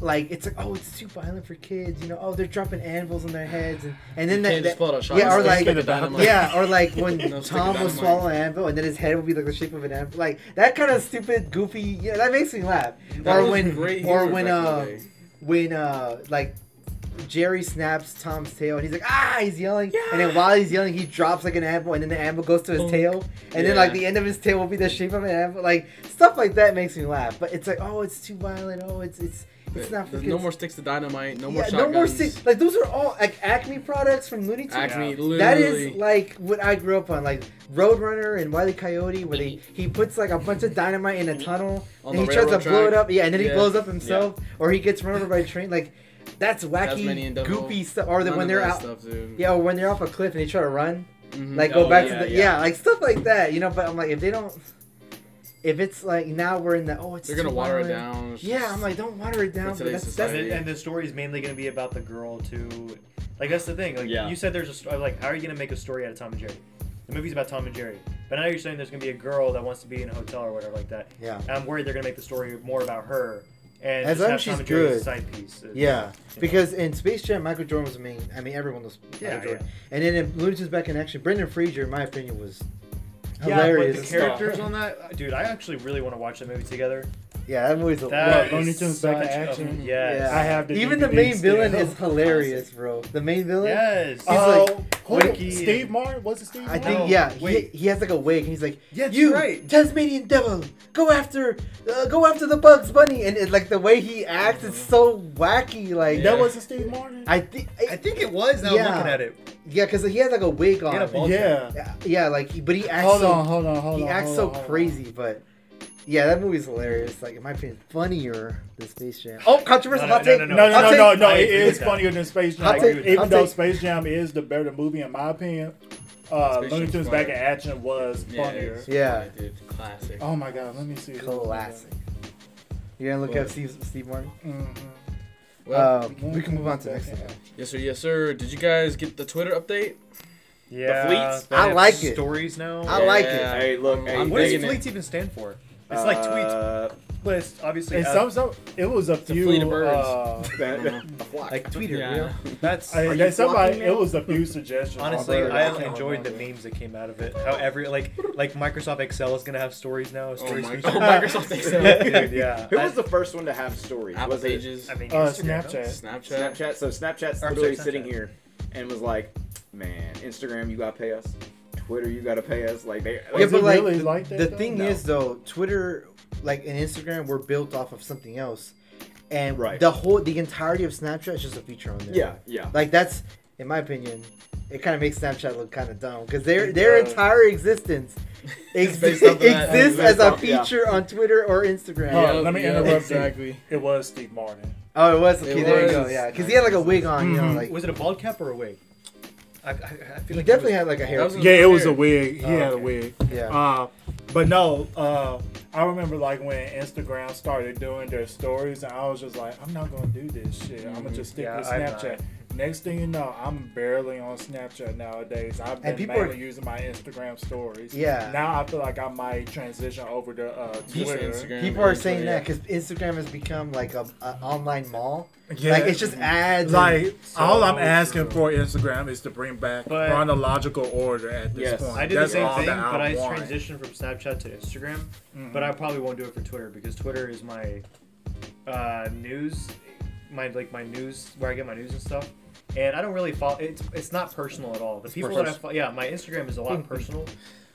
C: like it's like oh, it's too violent for kids. You know, oh, they're dropping anvils on their heads, and and then
A: You
C: that,
A: can't just
C: that
A: pull out a shotgun
C: yeah, or
A: and
C: like
A: stick it down him.
C: yeah,
A: (laughs)
C: or like when
A: No, stick it
C: Tom
A: down
C: will
A: my-
C: swallow an anvil and then his head will be like the shape of an anvil, like that kind of stupid, goofy. Yeah, that makes me laugh.
A: That
C: or
A: was
C: when
A: great
C: or
A: humor
C: when
A: back in the
C: uh
A: day.
C: when uh like Jerry snaps Tom's tail and he's like ah he's yelling and then while he's yelling he drops like an anvil and then the anvil goes to his
A: Bonk.
C: tail and
A: Yeah.
C: then like the end of his tail will be the shape of an anvil like stuff like that makes me laugh but it's like oh it's too violent oh it's it's it's not for
A: There's
C: kids.
A: no more sticks to dynamite. No more
C: yeah,
A: shotguns.
C: no more si- like those are all like Acme products from Looney Tunes
A: Acme,
E: Yeah.
A: literally.
C: that is like what I grew up on, like Roadrunner and Wile E. Coyote, where they, he puts like a bunch of dynamite in a tunnel
A: On
C: and he
A: the
C: tries to
A: railroad
C: blow it
A: track.
C: up. Yeah, and then he
A: Yeah.
C: blows up himself, or he gets run over by a train. Like that's wacky,
A: Tasmanian devil.
C: goopy stuff. Or
A: None
C: that
A: of
C: when they're
A: that
C: out,
A: stuff, dude.
C: yeah, or when they're off a cliff and they try to run,
A: Mhm.
C: like go
B: Oh,
C: back
B: yeah,
C: to the yeah.
B: yeah.
C: like stuff like that, you know. But I'm like, if they don't, if it's like now we're in the oh, it's
A: they're gonna
C: too
A: water it
C: violent.
A: down. It's
C: Yeah,
A: just-
C: I'm like, don't water it down.
A: For
C: But
A: today's
C: that's,
E: And,
C: that's
A: society.
E: it- and the story is mainly going to be about the girl too. Like that's the thing. Like
B: Yeah.
E: you said, there's a story. Like how are you going to make a story out of Tom and Jerry? The movie's about Tom and Jerry, but now you're saying there's going to be a girl that wants to be in a hotel or whatever like that.
C: yeah,
E: And I'm worried they're going to make the story more about her and
C: As
E: just
C: long
E: have
C: as
E: Tom
C: she's
E: and Jerry as a
C: good.
E: side piece. It's-
C: yeah. Because in Space Jam, Michael Jordan was the main. I mean, everyone knows Michael
E: Yeah,
C: Jordan.
E: yeah.
C: And then if Looney Tunes back in action, Brendan Fraser, in my opinion, was
E: Yeah, but the
C: hilarious. Yeah,
E: characters on that, dude, I actually really want to watch that movie together.
C: that movie's a
E: That
D: What, Looney
E: is
D: Tunes Back in
E: such a-
D: Action?
E: yes.
D: I have the
C: Even the
D: DVD
C: main villain
D: still.
C: is hilarious, bro. The main villain.
E: Yes.
C: He's
D: Oh,
C: like,
D: who-
E: Wiki
D: Steve
E: and-
D: Martin was it Steve?
C: I
D: Martin?
C: think
E: No,
C: yeah, he,
E: wait.
C: he has like a wig, and he's like,
E: Yeah, that's
C: "You
E: right.
C: Tasmanian devil, go after, uh, go after the Bugs Bunny," and it, like the way he acts, it's so wacky. Like
A: Yeah.
D: That wasn't Steve Martin.
C: I think,
E: I think it was. Now
C: Yeah.
E: I'm looking at it.
C: yeah, because he has like a wig on.
E: had a bald
D: yeah.
C: Yeah, yeah, like he, but he acts
D: Hold
C: so
D: on, hold on, hold
C: he
D: on.
C: acts
D: hold
C: so
D: on, hold on.
C: crazy, but yeah, that movie's hilarious. Like, in my opinion, funnier than Space Jam. Oh, controversial
E: No,
C: hot take.
E: no, no,
D: No, no,
C: I'll
D: no,
C: take-
D: no, no.
E: I
D: It
E: agree
D: is
E: with that.
D: funnier than Space
C: I'll
D: Jam.
C: take-
D: Even
C: I'll
D: though
C: take-
D: Space Jam is the better movie in my opinion, uh,
A: Space
D: Looney
A: Jam's
D: Tunes Back in
A: fire.
D: Action was
A: Yeah,
D: funnier.
A: it's
C: Yeah. Uh,
A: funny, dude. Classic.
D: Oh my God, let me see.
C: Classic. You're gonna look
A: What?
C: at Steve, Steve Martin.
D: Mm-hmm.
A: Well,
C: uh, we can move on to the next. thing.
A: yes sir, yes sir. Did you guys get the Twitter update?
E: Yeah,
B: fleets?
E: they
C: I
E: have
C: like it.
E: Stories now.
C: I like it.
B: Hey, look, hey,
A: I'm
E: what does
A: digging it.
E: fleets even stand for? It's like tweets,
B: Uh, (laughs)
E: but it's obviously
D: And
E: uh,
D: some, some, it was a
A: a fleet of
D: few.
A: birds.
D: Uh,
B: that, a flock.
C: (laughs) Like Twitter,
A: Yeah.
C: you know?
E: that's
D: I,
B: you
D: that somebody,
B: flocking now?
D: it was a few suggestions.
E: (laughs) honestly,
D: Alberta.
E: I
C: can't
E: enjoyed the
C: remember.
E: memes that came out of it. How every like like Microsoft Excel is gonna have stories now. a
A: Oh,
E: Stories
A: my,
E: feature.
A: oh Microsoft
E: (laughs)
A: Excel.
E: Dude, yeah.
B: Who
E: I-
B: was the first one to have stories?
A: Apple
B: Was it
A: Pages,
E: I mean,
D: Uh,
E: Instagram,
D: Snapchat.
E: no?
A: Snapchat.
B: Snapchat? So Snapchat's
E: Or, I'm
B: literally
E: sorry,
B: sitting
E: Snapchat.
B: here and was like, "Man, Instagram, you gotta pay us. Twitter, you gotta pay us." Like they,
D: Was
C: Yeah,
B: like,
C: but
D: it
C: like,
D: really
C: the,
D: like that,
C: the
D: though?
C: thing
B: No.
C: is though, Twitter, like and Instagram, were built off of something else, and
B: Right.
C: the whole, the entirety of Snapchat is just a feature on there.
B: yeah, yeah.
C: like that's, in my opinion, it kind of makes Snapchat look kind of dumb because their their entire existence
A: It's
C: ex-
A: based off of that.
C: exists
B: Based
C: as a
B: off- yeah.
C: feature on Twitter or Instagram.
D: Oh, let me interrupt you.
A: Exactly.
D: It was Steve Martin.
C: Oh, it was okay.
A: It
C: there you go.
A: was.
C: Yeah, because he had like a wig on. You know,
D: Mhm.
C: like
E: Was it a bald cap or a wig? I, I, I feel like
C: he
E: it
C: definitely
E: was-
C: had like a hair.
A: That was-
D: Yeah, it was a
A: Weird.
D: wig. He
E: Oh,
D: had a
E: okay.
D: wig.
C: yeah,
D: Uh, but no, uh, I remember like when Instagram started doing their stories, and I was just like, I'm not gonna do this shit. I'm gonna just stick
E: Mm-hmm. Yeah,
D: with
E: I'm
D: Snapchat. Next thing you know, I'm barely on Snapchat nowadays. I've been
C: people
D: mainly
C: are-
D: using my Instagram stories.
C: Yeah.
D: Now I feel like I might transition over to uh, Twitter.
A: Instagram.
C: people are saying that because Instagram has become like a, a online mall.
D: Yeah.
C: Like it's just ads. and-
D: Like all I'm
E: So
D: asking
E: true.
D: for Instagram is to bring back
E: But-
D: chronological order at this
B: Yes.
D: point.
E: I did
D: That's
E: the same
D: all
E: thing,
D: that
E: but I
D: want.
E: transitioned from Snapchat to Instagram.
C: Mm-hmm.
E: But I probably won't do it for Twitter because Twitter is my uh, news, my like my news where I get my news and stuff. And I don't really follow. It's it's not personal at all. The people that I
C: personal.
E: follow, yeah, my Instagram is
C: (laughs)
E: a lot personal.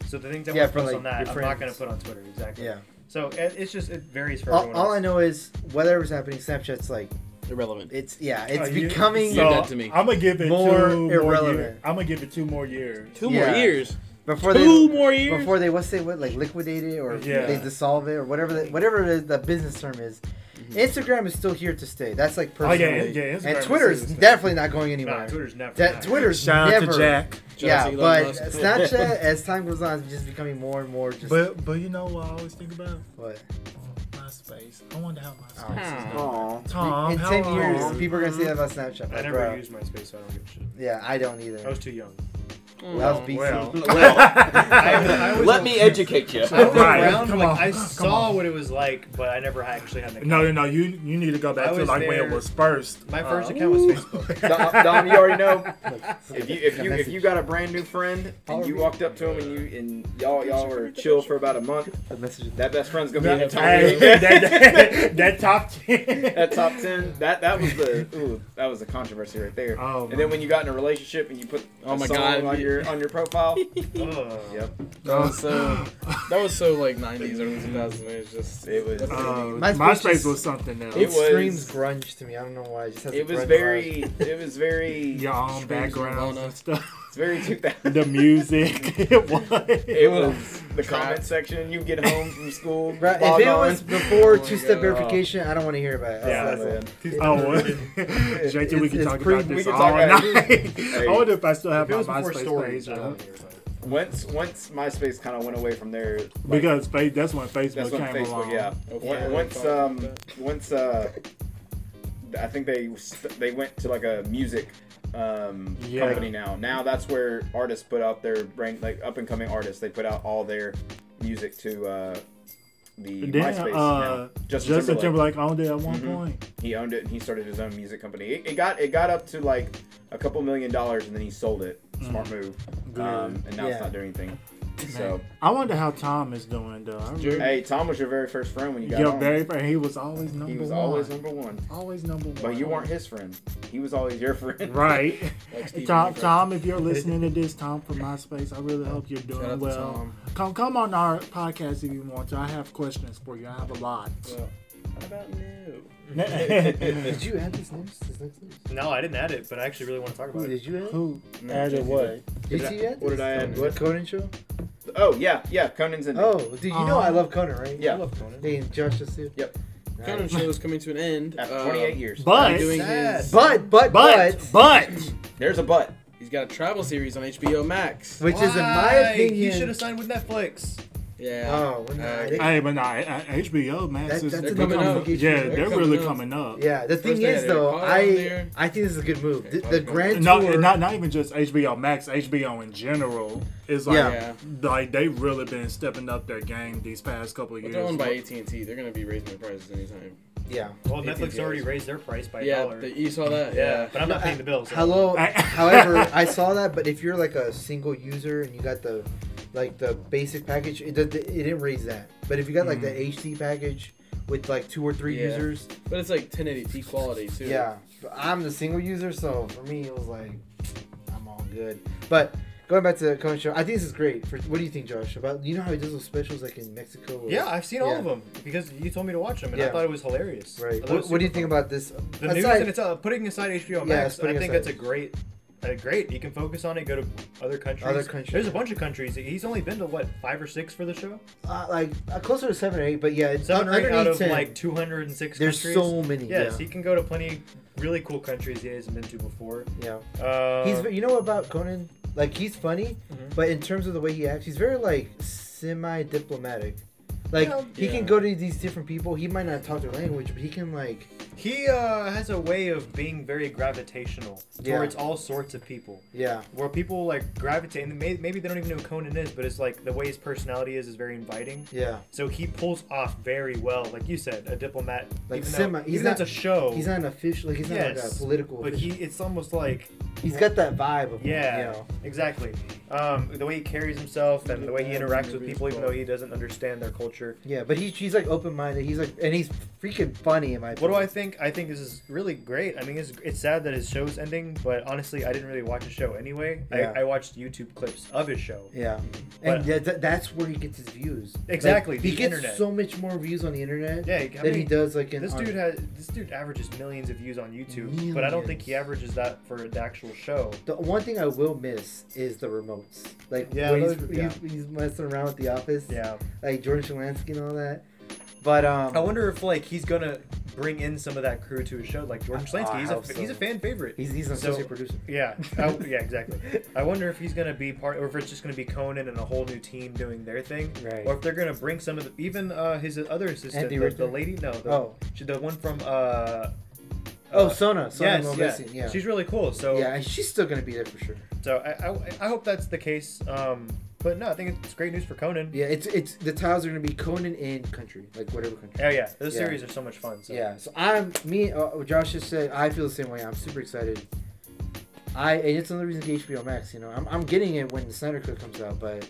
E: So the things I
C: Yeah,
E: want to
C: for,
E: post
C: like,
E: on that,
C: your
E: I'm not going
C: friends.
E: to put on Twitter exactly.
C: yeah.
E: So it, it's just it varies for
C: All,
E: everyone.
C: all
E: else.
C: I know is whatever's happening, Snapchat's like
A: irrelevant.
C: it's yeah, it's
D: Uh, you-
C: becoming.
A: You're dead to me.
D: I'm gonna give it
C: More
D: two more
C: irrelevant.
D: years. I'm gonna give it two more years.
A: Two
C: Yeah.
A: more years.
C: before
A: Two
C: they
A: more years.
C: before they what's they what like liquidate it or
D: Yeah.
C: they dissolve it or whatever the, whatever the, the business term is. Instagram is still here to stay. That's like
D: Oh
C: personal.
D: yeah, yeah. Instagram
C: and Twitter is
D: serious.
C: definitely not going
E: Nah,
C: anywhere.
E: Twitter's never.
C: that Twitter's
D: Shout out
C: never.
D: to Jack.
A: Jealous
C: Yeah,
A: Elon
C: but
A: Musk.
C: Snapchat, as time goes on, is just becoming more and more just.
D: But but you know what I always think about
C: what?
D: MySpace. I wonder how MySpace
A: Aw.
D: is doing.
B: Aw.
D: Tom,
C: Oh, in
D: um, how
C: ten
D: long?
C: years, people are gonna say that about Snapchat.
E: (laughs) I
C: like,
E: never
C: bro.
E: used MySafe, so I don't give a shit.
C: Yeah, I don't either.
E: I was too young.
A: Mm.
C: that was BC.
E: well. I,
B: Well,
E: I was
B: let me educate you.
E: I was
D: Right,
E: around,
D: come
E: like
D: on,
E: I
D: come
E: saw
D: on.
E: what it was like, but I never actually had an account.
D: No, no, no. You you need to go back
E: I
D: to
E: was
D: like when
E: there-
D: it was (laughs) first.
E: My
D: Uh,
E: first account was Facebook.
B: Dom, Dom, you already know. If
C: If
B: you if you if you got a brand new friend and you walked up to him and you and y'all y'all were chill for about a month,
C: the message,
B: that best friend's gonna be in
D: Hey,
B: the top
D: that, that,
B: ten.
D: that top ten.
B: That top ten. That that was the ooh, that was the controversy right there.
D: Oh,
B: and then
D: my-
B: when you got in a relationship and you put
A: Oh
B: a
A: my
B: song
A: God.
B: on your on your
C: (laughs)
B: profile.
E: Ugh.
B: yep.
A: That
D: Oh,
A: was so. That was so like 90s, early 2000s. It was just.
B: It was
D: Uh,
C: MySpace
D: MySpace
C: is-
D: was something else.
C: it
B: was-
C: screams grunge to me. I don't know why. It just has a
B: it was
C: grunge
B: very it was very
D: your own
A: Screams
D: backgrounds
A: Ramona.
D: and stuff. (laughs)
B: it's very two thousand.
D: the
C: (laughs)
D: music. it was.
B: (laughs) It was the
A: Crap.
B: comment section. You get home from school.
C: vibe. Oh Bro,
B: log
C: if it
B: on.
C: was (laughs) before
A: my
C: two-step
A: God.
C: verification, I don't want to hear about it.
B: Yeah,
C: That's- that's-
B: man. (laughs)
D: Oh,
C: (laughs)
D: JT, we
C: It's-
D: can
C: it's
D: talk
C: pretty-
D: about
B: we
D: this
B: can
D: all
B: talk about
D: night. (laughs)
B: Hey.
D: I wonder if I still have
E: If it
D: my
E: was before
D: MySpace
E: stories,
D: page.
E: I
D: up.
E: don't hear about it.
B: once once MySpace kind of went away from there. like,
D: Because fa- that's when Facebook
B: that's when
D: came
B: Facebook,
D: along.
B: yeah. Once-
A: Yeah.
B: Once um once uh, I think they st- they went to like a music um
D: Yeah.
B: company now. Now that's where artists put out their brand like up and coming artists. They put out all their music to uh the
D: Then,
B: MySpace
D: uh,
B: now. Justin,
D: Justin
B: Timberlake.
D: Timberlake owned it at one
B: Mhm.
D: point.
B: he owned it and he started his own music company. It, it got it got up to like a couple million dollars and then he sold it. Smart move.
D: Mm. Good.
B: Um, and now
C: Yeah.
B: it's not doing anything.
D: Man.
B: So
D: I wonder how Tom is doing though. I
A: Dude,
D: really,
B: hey, Tom was your very first friend when you got
D: your
B: on.
D: very friend, he was always number
B: he was
D: one.
B: always number one.
D: always number one.
B: But you weren't his friend. He was always your friend.
D: Right.
A: Like Steve
D: Tom,
A: Ballmer.
D: Tom, if you're listening to this, Tom from MySpace, I really hope you're doing
A: Shout out to
D: well.
A: Tom.
D: Come come on our podcast if you want to. I have questions for you. I have a lot.
A: Well, what about new?
B: (laughs)
C: Did you add this news? This next news?
E: (laughs) No, I didn't add it, but I actually really want to talk
C: Who
E: about
C: (laughs)
E: it.
C: did you add?
D: Who
A: No,
D: added
A: JT
D: what?
C: Did
B: Did I-
C: you add?
B: what did
C: this?
B: I add?
C: What Conan show?
B: Oh yeah, yeah. Conan's in. there.
C: Oh, dude, you know
D: Uh-huh.
C: I love Conan, right?
B: Yeah.
E: I love Conan.
C: They Um, and Josh just did.
B: Yep.
C: Nice.
A: Conan show is coming to an end.
B: after
A: Uh,
B: 28 years.
D: But,
A: doing
E: Sad.
A: his,
C: But but
D: but,
C: but,
D: but,
B: There's a butt.
A: he's got a travel series on HBO Max.
C: which is in my
E: Why? He
C: opinion,
E: should have signed with Netflix.
A: Yeah.
C: Oh, when
A: Uh,
C: they-
D: Hey, but nah, uh, HBO Max
C: That-
D: is
C: that's
A: They're
C: another
A: coming up.
C: obligation.
D: yeah, they're,
A: coming
D: really
A: up.
D: coming up.
C: Yeah, the thing
A: First they
C: is
A: had
C: though,
A: Apollo
C: I
A: there.
C: I think this is a good move. The,
A: Okay,
C: the Grand
D: No,
C: Tour,
D: not not even just HBO Max, HBO in general is like
A: Yeah.
D: like they've really been stepping up their game these past couple of
A: But
D: years.
A: they're owned by AT and T. They're gonna be raising their prices anytime.
C: yeah.
E: Well,
A: It
E: Netflix
A: is.
E: already raised their price by a
A: yeah,
E: dollar.
A: the, you saw that.
E: yeah,
A: Yeah.
E: but I'm not paying the bills. so- (laughs)
C: Hello.
D: I-
C: However, I saw that, but if you're like a single user and you got the like the basic package, it did, it didn't raise that. But if you got like the HD package with like two or three
A: Mm. Yeah.
C: users,
A: But it's like 1080p quality too.
C: yeah. But I'm the single user, so for me it was like I'm all good. But going back to the Conan show, I think this is great. For what do you think, Josh? About you know how he does those specials like in Mexico? or-
E: Yeah, I've seen all
C: Yeah.
E: of them because you told me to watch them, and
C: Yeah.
E: I thought it was hilarious. I
C: Right.
E: thought it
C: What,
E: was
C: what do you
E: super
C: think
E: fun.
C: about this?
E: the news? And it's uh, putting aside HBO
C: Yeah,
E: Max.
C: it's putting
E: I think
C: aside.
E: that's a great, a great. You can focus on it. Go to other countries.
C: Other countries.
E: There's a bunch of countries. He's only been to what five or six for the show.
C: uh, like uh, closer to seven or eight, but yeah, it's
E: Seven or eight
C: underneath
E: out of
C: 10.
E: like 206
C: There's
E: countries.
C: so many.
E: Yes,
C: yeah.
E: he can go to plenty really cool countries he hasn't been to before.
C: yeah.
E: Uh,
C: He's you know what about Conan? Like he's funny,
E: Mhm.
C: but in terms of the way he acts, he's very like semi diplomatic. Like
E: Yeah.
C: he
A: Yeah.
C: can go to these different people. He might not talk their language, but he can like
E: he uh, has a way of being very gravitational
C: Yeah.
E: towards all sorts of people.
C: yeah.
E: Where people like gravitate, and may- maybe they don't even know who Conan is, but it's like the way his personality is is very inviting.
C: Yeah,
E: So he pulls off very well, like you said, a diplomat.
C: Like
E: even
C: semi-
E: though,
C: he's
E: even though
C: not-
E: it's a show.
C: he's not an official. Like he's not like a
E: Yes,
C: political.
E: but he,
C: official.
E: it's almost like
C: he's got that vibe of
E: yeah,
C: you know.
E: exactly. Um, the way he carries himself and the way he interacts with people, even though he doesn't understand their culture.
C: Yeah, but he's he's like open minded. He's like and he's freaking funny in my.
E: What do I
C: opinion.
E: think? I think this is really great. I mean, it's, it's sad that his show's ending, but honestly, I didn't really watch his show anyway.
C: Yeah.
E: I, I watched YouTube clips of his show.
C: Yeah, and
E: But-
C: that, that- that's where he gets his views. Like,
E: Exactly,
C: he
E: the
C: gets
E: internet.
C: so much more views on the internet
E: Yeah, I mean,
C: than he does like in
E: This
C: on-
E: dude has this dude averages millions of views on YouTube, but I don't think he
C: Millions.
E: averages that for the actual show.
C: The one thing I will miss is the remotes. Like
E: Yeah,
C: when he's,
E: those-
C: he-
E: yeah.
C: he's messing around with the office.
E: Yeah.
C: Like Jordan Shalansky and all that. But um
E: I wonder if like he's gonna bring in some of that crew to his show, like Jordan
C: I-
E: Slansky.
C: I
E: He's a
C: hope so.
E: he's a fan favorite.
C: he's he's an
E: So-
C: associate producer.
E: yeah, I, yeah, exactly. I wonder if he's gonna be part, or if it's just gonna be Conan and a whole new team doing their thing,
C: (laughs) Right.
E: or if they're gonna bring some of the even uh, his other assistant,
C: Andy
E: the,
C: Richter?
E: the lady, no, the,
C: Oh.
E: she, the one from uh,
C: Oh
E: uh,
C: Sona. Sona
E: yes,
C: yes,
E: yeah.
C: yeah.
E: she's really cool. So
C: yeah, and she's still gonna be there for sure.
E: so I, I I hope that's the case. Um, but no, I think it's great news for Conan.
C: Yeah, it's it's the tiles are gonna be Conan in country, like whatever country.
E: Oh yeah, those
C: Yeah.
E: series are so much fun. So.
C: Yeah. So I'm me. Uh, what Josh just said I feel the same way. I'm super excited. I and it's another reason to get HBO Max. You know, I'm I'm getting it when the Snyder Cut comes out, but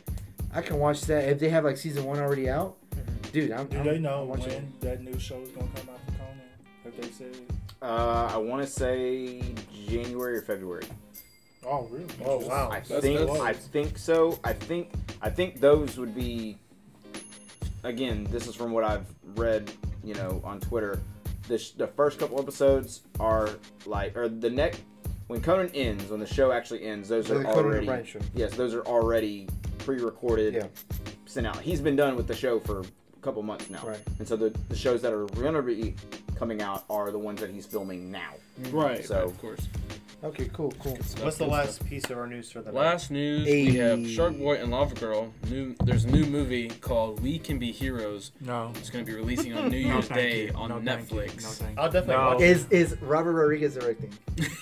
C: I can watch that if they have like season one already out. Dude, I'm.
D: Do
C: I'm-
D: they know
C: I'm
D: when
C: watching it.
D: that new show is gonna come out for Conan? Have they said?
B: Uh, I want to say January or February.
D: Oh really?
E: Oh wow.
B: I
A: That's-
B: think
A: that's-
B: I think so. I think I think those would be. Again, this is from what I've read, you know, on Twitter. The, sh- the first couple episodes are like, or the next when Conan ends, when the show actually ends, those
C: So
B: are
C: the Conan
B: already
C: O'Brien show.
B: yes, those are already pre-recorded,
C: Yeah.
B: sent out. He's been done with the show for a couple months now,
C: Right.
B: and so the, the shows that are gonna be coming out are the ones that he's filming now.
A: Right.
B: So-
A: right, of course.
C: Okay, cool, cool.
E: What's the last piece of our news for the night?
A: Last news we have
C: Ayy.
A: Shark Boy and Lava Girl. New there's a new movie called We Can Be Heroes.
D: No.
A: It's gonna be releasing
D: (laughs)
A: on New
D: No,
A: Year's
D: thank
A: Day
D: you.
A: on
D: No, thank you. No,
A: Netflix.
D: thank you.
E: I'll definitely
D: No.
E: watch it.
C: Is is Robert Rodriguez directing?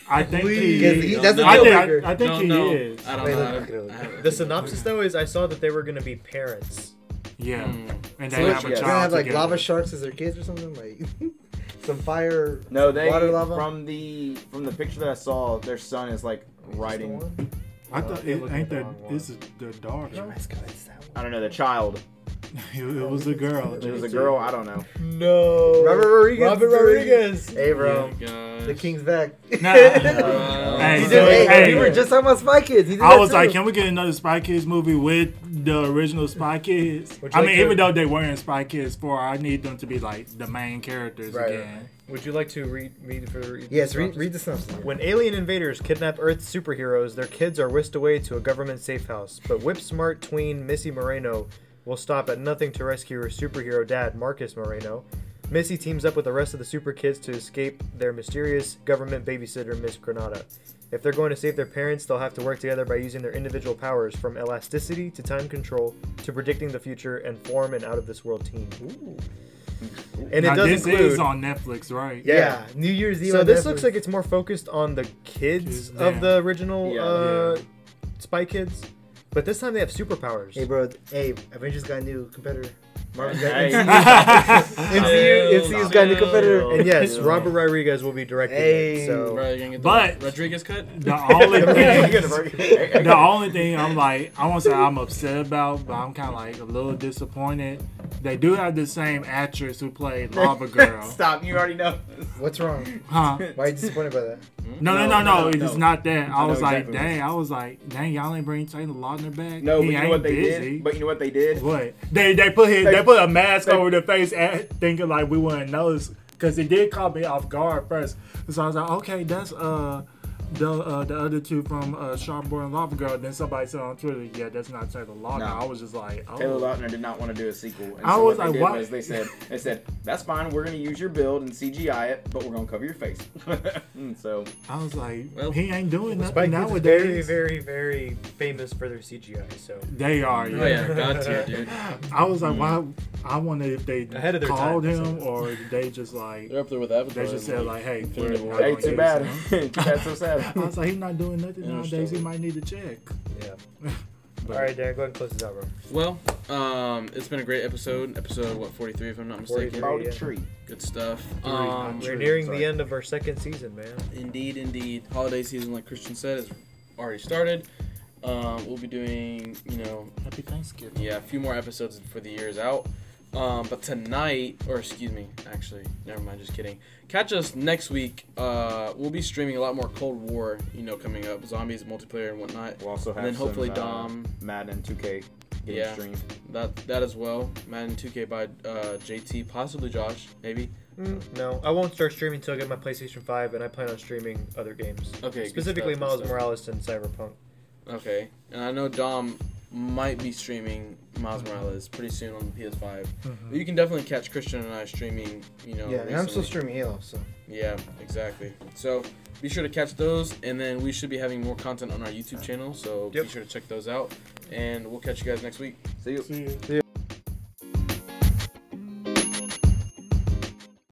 D: I think
C: Because
D: he
C: he
D: is.
C: doesn't
D: I
C: know
D: think,
C: Baker.
D: I, I think
A: Don't
D: he
A: know.
D: is.
A: I don't
C: Wait,
A: know.
C: look,
A: I
C: look it
A: don't-
C: up.
A: I haven't-
E: The synopsis though is I saw that they were going to be parents.
D: Yeah.
A: Mm.
D: And
A: So
D: they
A: it's-
D: have a
B: yeah.
D: child
C: They're gonna have like
D: together.
C: lava sharks as their kids or something like (laughs) some fire.
B: No, they
C: water lava.
B: from the from the picture that I saw, their son is like riding.
D: I thought
E: You're
D: it
E: looking
D: ain't
E: at the
D: that.
E: wrong one.
D: It's the (laughs) daughter.
C: That's good, it's that
B: I don't
C: one.
B: know the child.
D: it, it was a girl.
B: It was a girl. I don't know.
E: No.
C: Robert Rodriguez.
E: Robert Rodriguez.
C: Hey, bro.
A: Oh, gosh.
C: The king's back.
D: Nah.
C: (laughs) He
A: Hey,
C: did-
A: so-
C: hey,
D: hey.
C: we were just talking about Spy Kids. He did
D: I
C: that
D: was
C: too.
D: like, can we get another Spy Kids movie with the original Spy Kids?
E: Would you
D: I
E: like
D: mean,
E: to-
D: even though they weren't in Spy Kids 4, I need them to be like the main characters
C: Right,
D: again.
E: Would you like to read read for read
C: yes, read,
E: synopsis?
C: read the synopsis.
E: When alien invaders kidnap Earth's superheroes, their kids are whisked away to a government safe house. But whip-smart tween Missy Moreno will stop at nothing to rescue her superhero dad, Marcus Moreno. Missy teams up with the rest of the super kids to escape their mysterious government babysitter, Miss Granada. If they're going to save their parents, they'll have to work together by using their individual powers, from elasticity to time control to predicting the future and form an out of this world team. And
D: now,
E: it does
D: this
E: include.
D: is on Netflix, right?
E: yeah.
C: Yeah, New Year's Eve.
E: So
C: on
E: this
C: Netflix.
E: looks like it's more focused on the kids
D: Kids,
E: of
D: yeah.
E: the original
B: Yeah.
E: uh, Spy Kids, but this time they have superpowers.
C: Hey, bro. Hey, Avengers got a new competitor. Marvel's got
B: Hey.
D: (laughs)
C: MCU. MCU,
A: Chill,
C: MCU's got a new
A: chill.
C: competitor.
E: And yes,
B: Yeah. (laughs)
E: Robert Rodriguez will be directing it.
C: Hey.
E: So
A: Bro, you gonna get the
D: But-
A: Rodriguez cut.
D: The
B: (laughs)
D: only thing, the
B: no.
D: only thing I'm like, I won't say I'm upset about, but I'm kind of like a little disappointed. They do have the same actress who
B: (laughs)
D: played Lava Girl,
B: Stop. You already know.
C: What's wrong?
B: (laughs)
D: huh?
C: Why are you disappointed by that?
D: No,
B: No,
D: no, no,
B: no,
D: no,
B: no.
D: it's not that. I
B: I know
D: was like,
B: exactly what it
D: dang, I was like, dang, y'all ain't bring Taylor Lautner back.
B: No, but
D: he
B: you know
D: ain't
B: what they
D: busy.
B: did? But you know what they did?
D: What they they put his,
B: They-
D: they, put a mask
B: they-
D: over their face, at, thinking like we wouldn't notice because it did caught me off guard first. So I was like, okay, that's uh the uh, the other two from uh, Sharp Boy and Lava Girl. Then somebody said on Twitter, yeah, that's not Taylor Lautner.
B: No.
D: I was just like, oh,
B: Taylor Lautner did not want to do a sequel. And
D: I
B: so
D: was
B: what
D: like,
B: they did
D: why-
B: was They said, they said, that's fine. We're going to use your build and CGI it, but we're going to cover your face. (laughs) And so
D: I was like,
A: Well,
D: he ain't doing
E: Spy
D: nothing
E: Kids is very,
D: nowadays.
E: very, very famous for their CGI. So
D: They are.
A: Oh yeah, God tier, dude.
D: I was like, why? I wonder if they
E: Ahead of their
D: called
E: time,
D: him or they just like
A: They're up there with Avatar.
D: they just said like, hey, we're
A: Infinity
D: not
A: War.
B: hey,
D: gonna
B: too
D: use
B: bad. (laughs)
D: him.
B: too bad. So
D: (laughs) I
B: sad.
D: was like, he's not doing nothing nowadays. He
A: Understandable.
D: might need to check.
E: yeah.
D: But-
E: All right, Darren, go ahead and close this out, bro.
A: Well, um, it's been a great episode. Episode what 43, if I'm not mistaken.
E: 43.
B: About a tree.
A: Good stuff.
D: Three,
A: Um,
D: I'm
E: We're
D: True,
E: nearing
D: sorry.
E: the end of our second season, man.
A: indeed, indeed. Holiday season, like Christian said, is already started. Um, we'll be doing, you know,
D: Happy Thanksgiving.
A: yeah, a few more episodes for the year's out. Um, but tonight, or excuse me, actually, never mind, just kidding. Catch us next week. Uh, we'll be streaming a lot more Cold War, you know, coming up, zombies, multiplayer, and whatnot.
B: We'll also have
A: And then
B: some,
A: hopefully
B: uh,
A: Dom,
B: Madden 2K getting
A: Yeah.
B: streamed.
A: that that as well. Madden 2K by uh, JT, possibly Josh, maybe.
E: Mm, no, I won't start streaming until I get my PlayStation 5, and I plan on streaming other games.
A: Okay, good
E: Specifically,
A: stuff, good
E: Miles
A: stuff.
E: Morales and Cyberpunk.
A: Okay, and I know Dom might be streaming Miles Morales pretty soon on the PS5. But you can definitely catch Christian and I streaming. You know,
C: yeah, and I'm still
A: recently.
C: streaming Halo, so
A: Yeah, exactly. So be sure to catch those, and then we should be having more content on our YouTube channel. So
E: Yep.
A: be sure to check those out, and we'll catch you guys next week.
B: See you.
D: See you.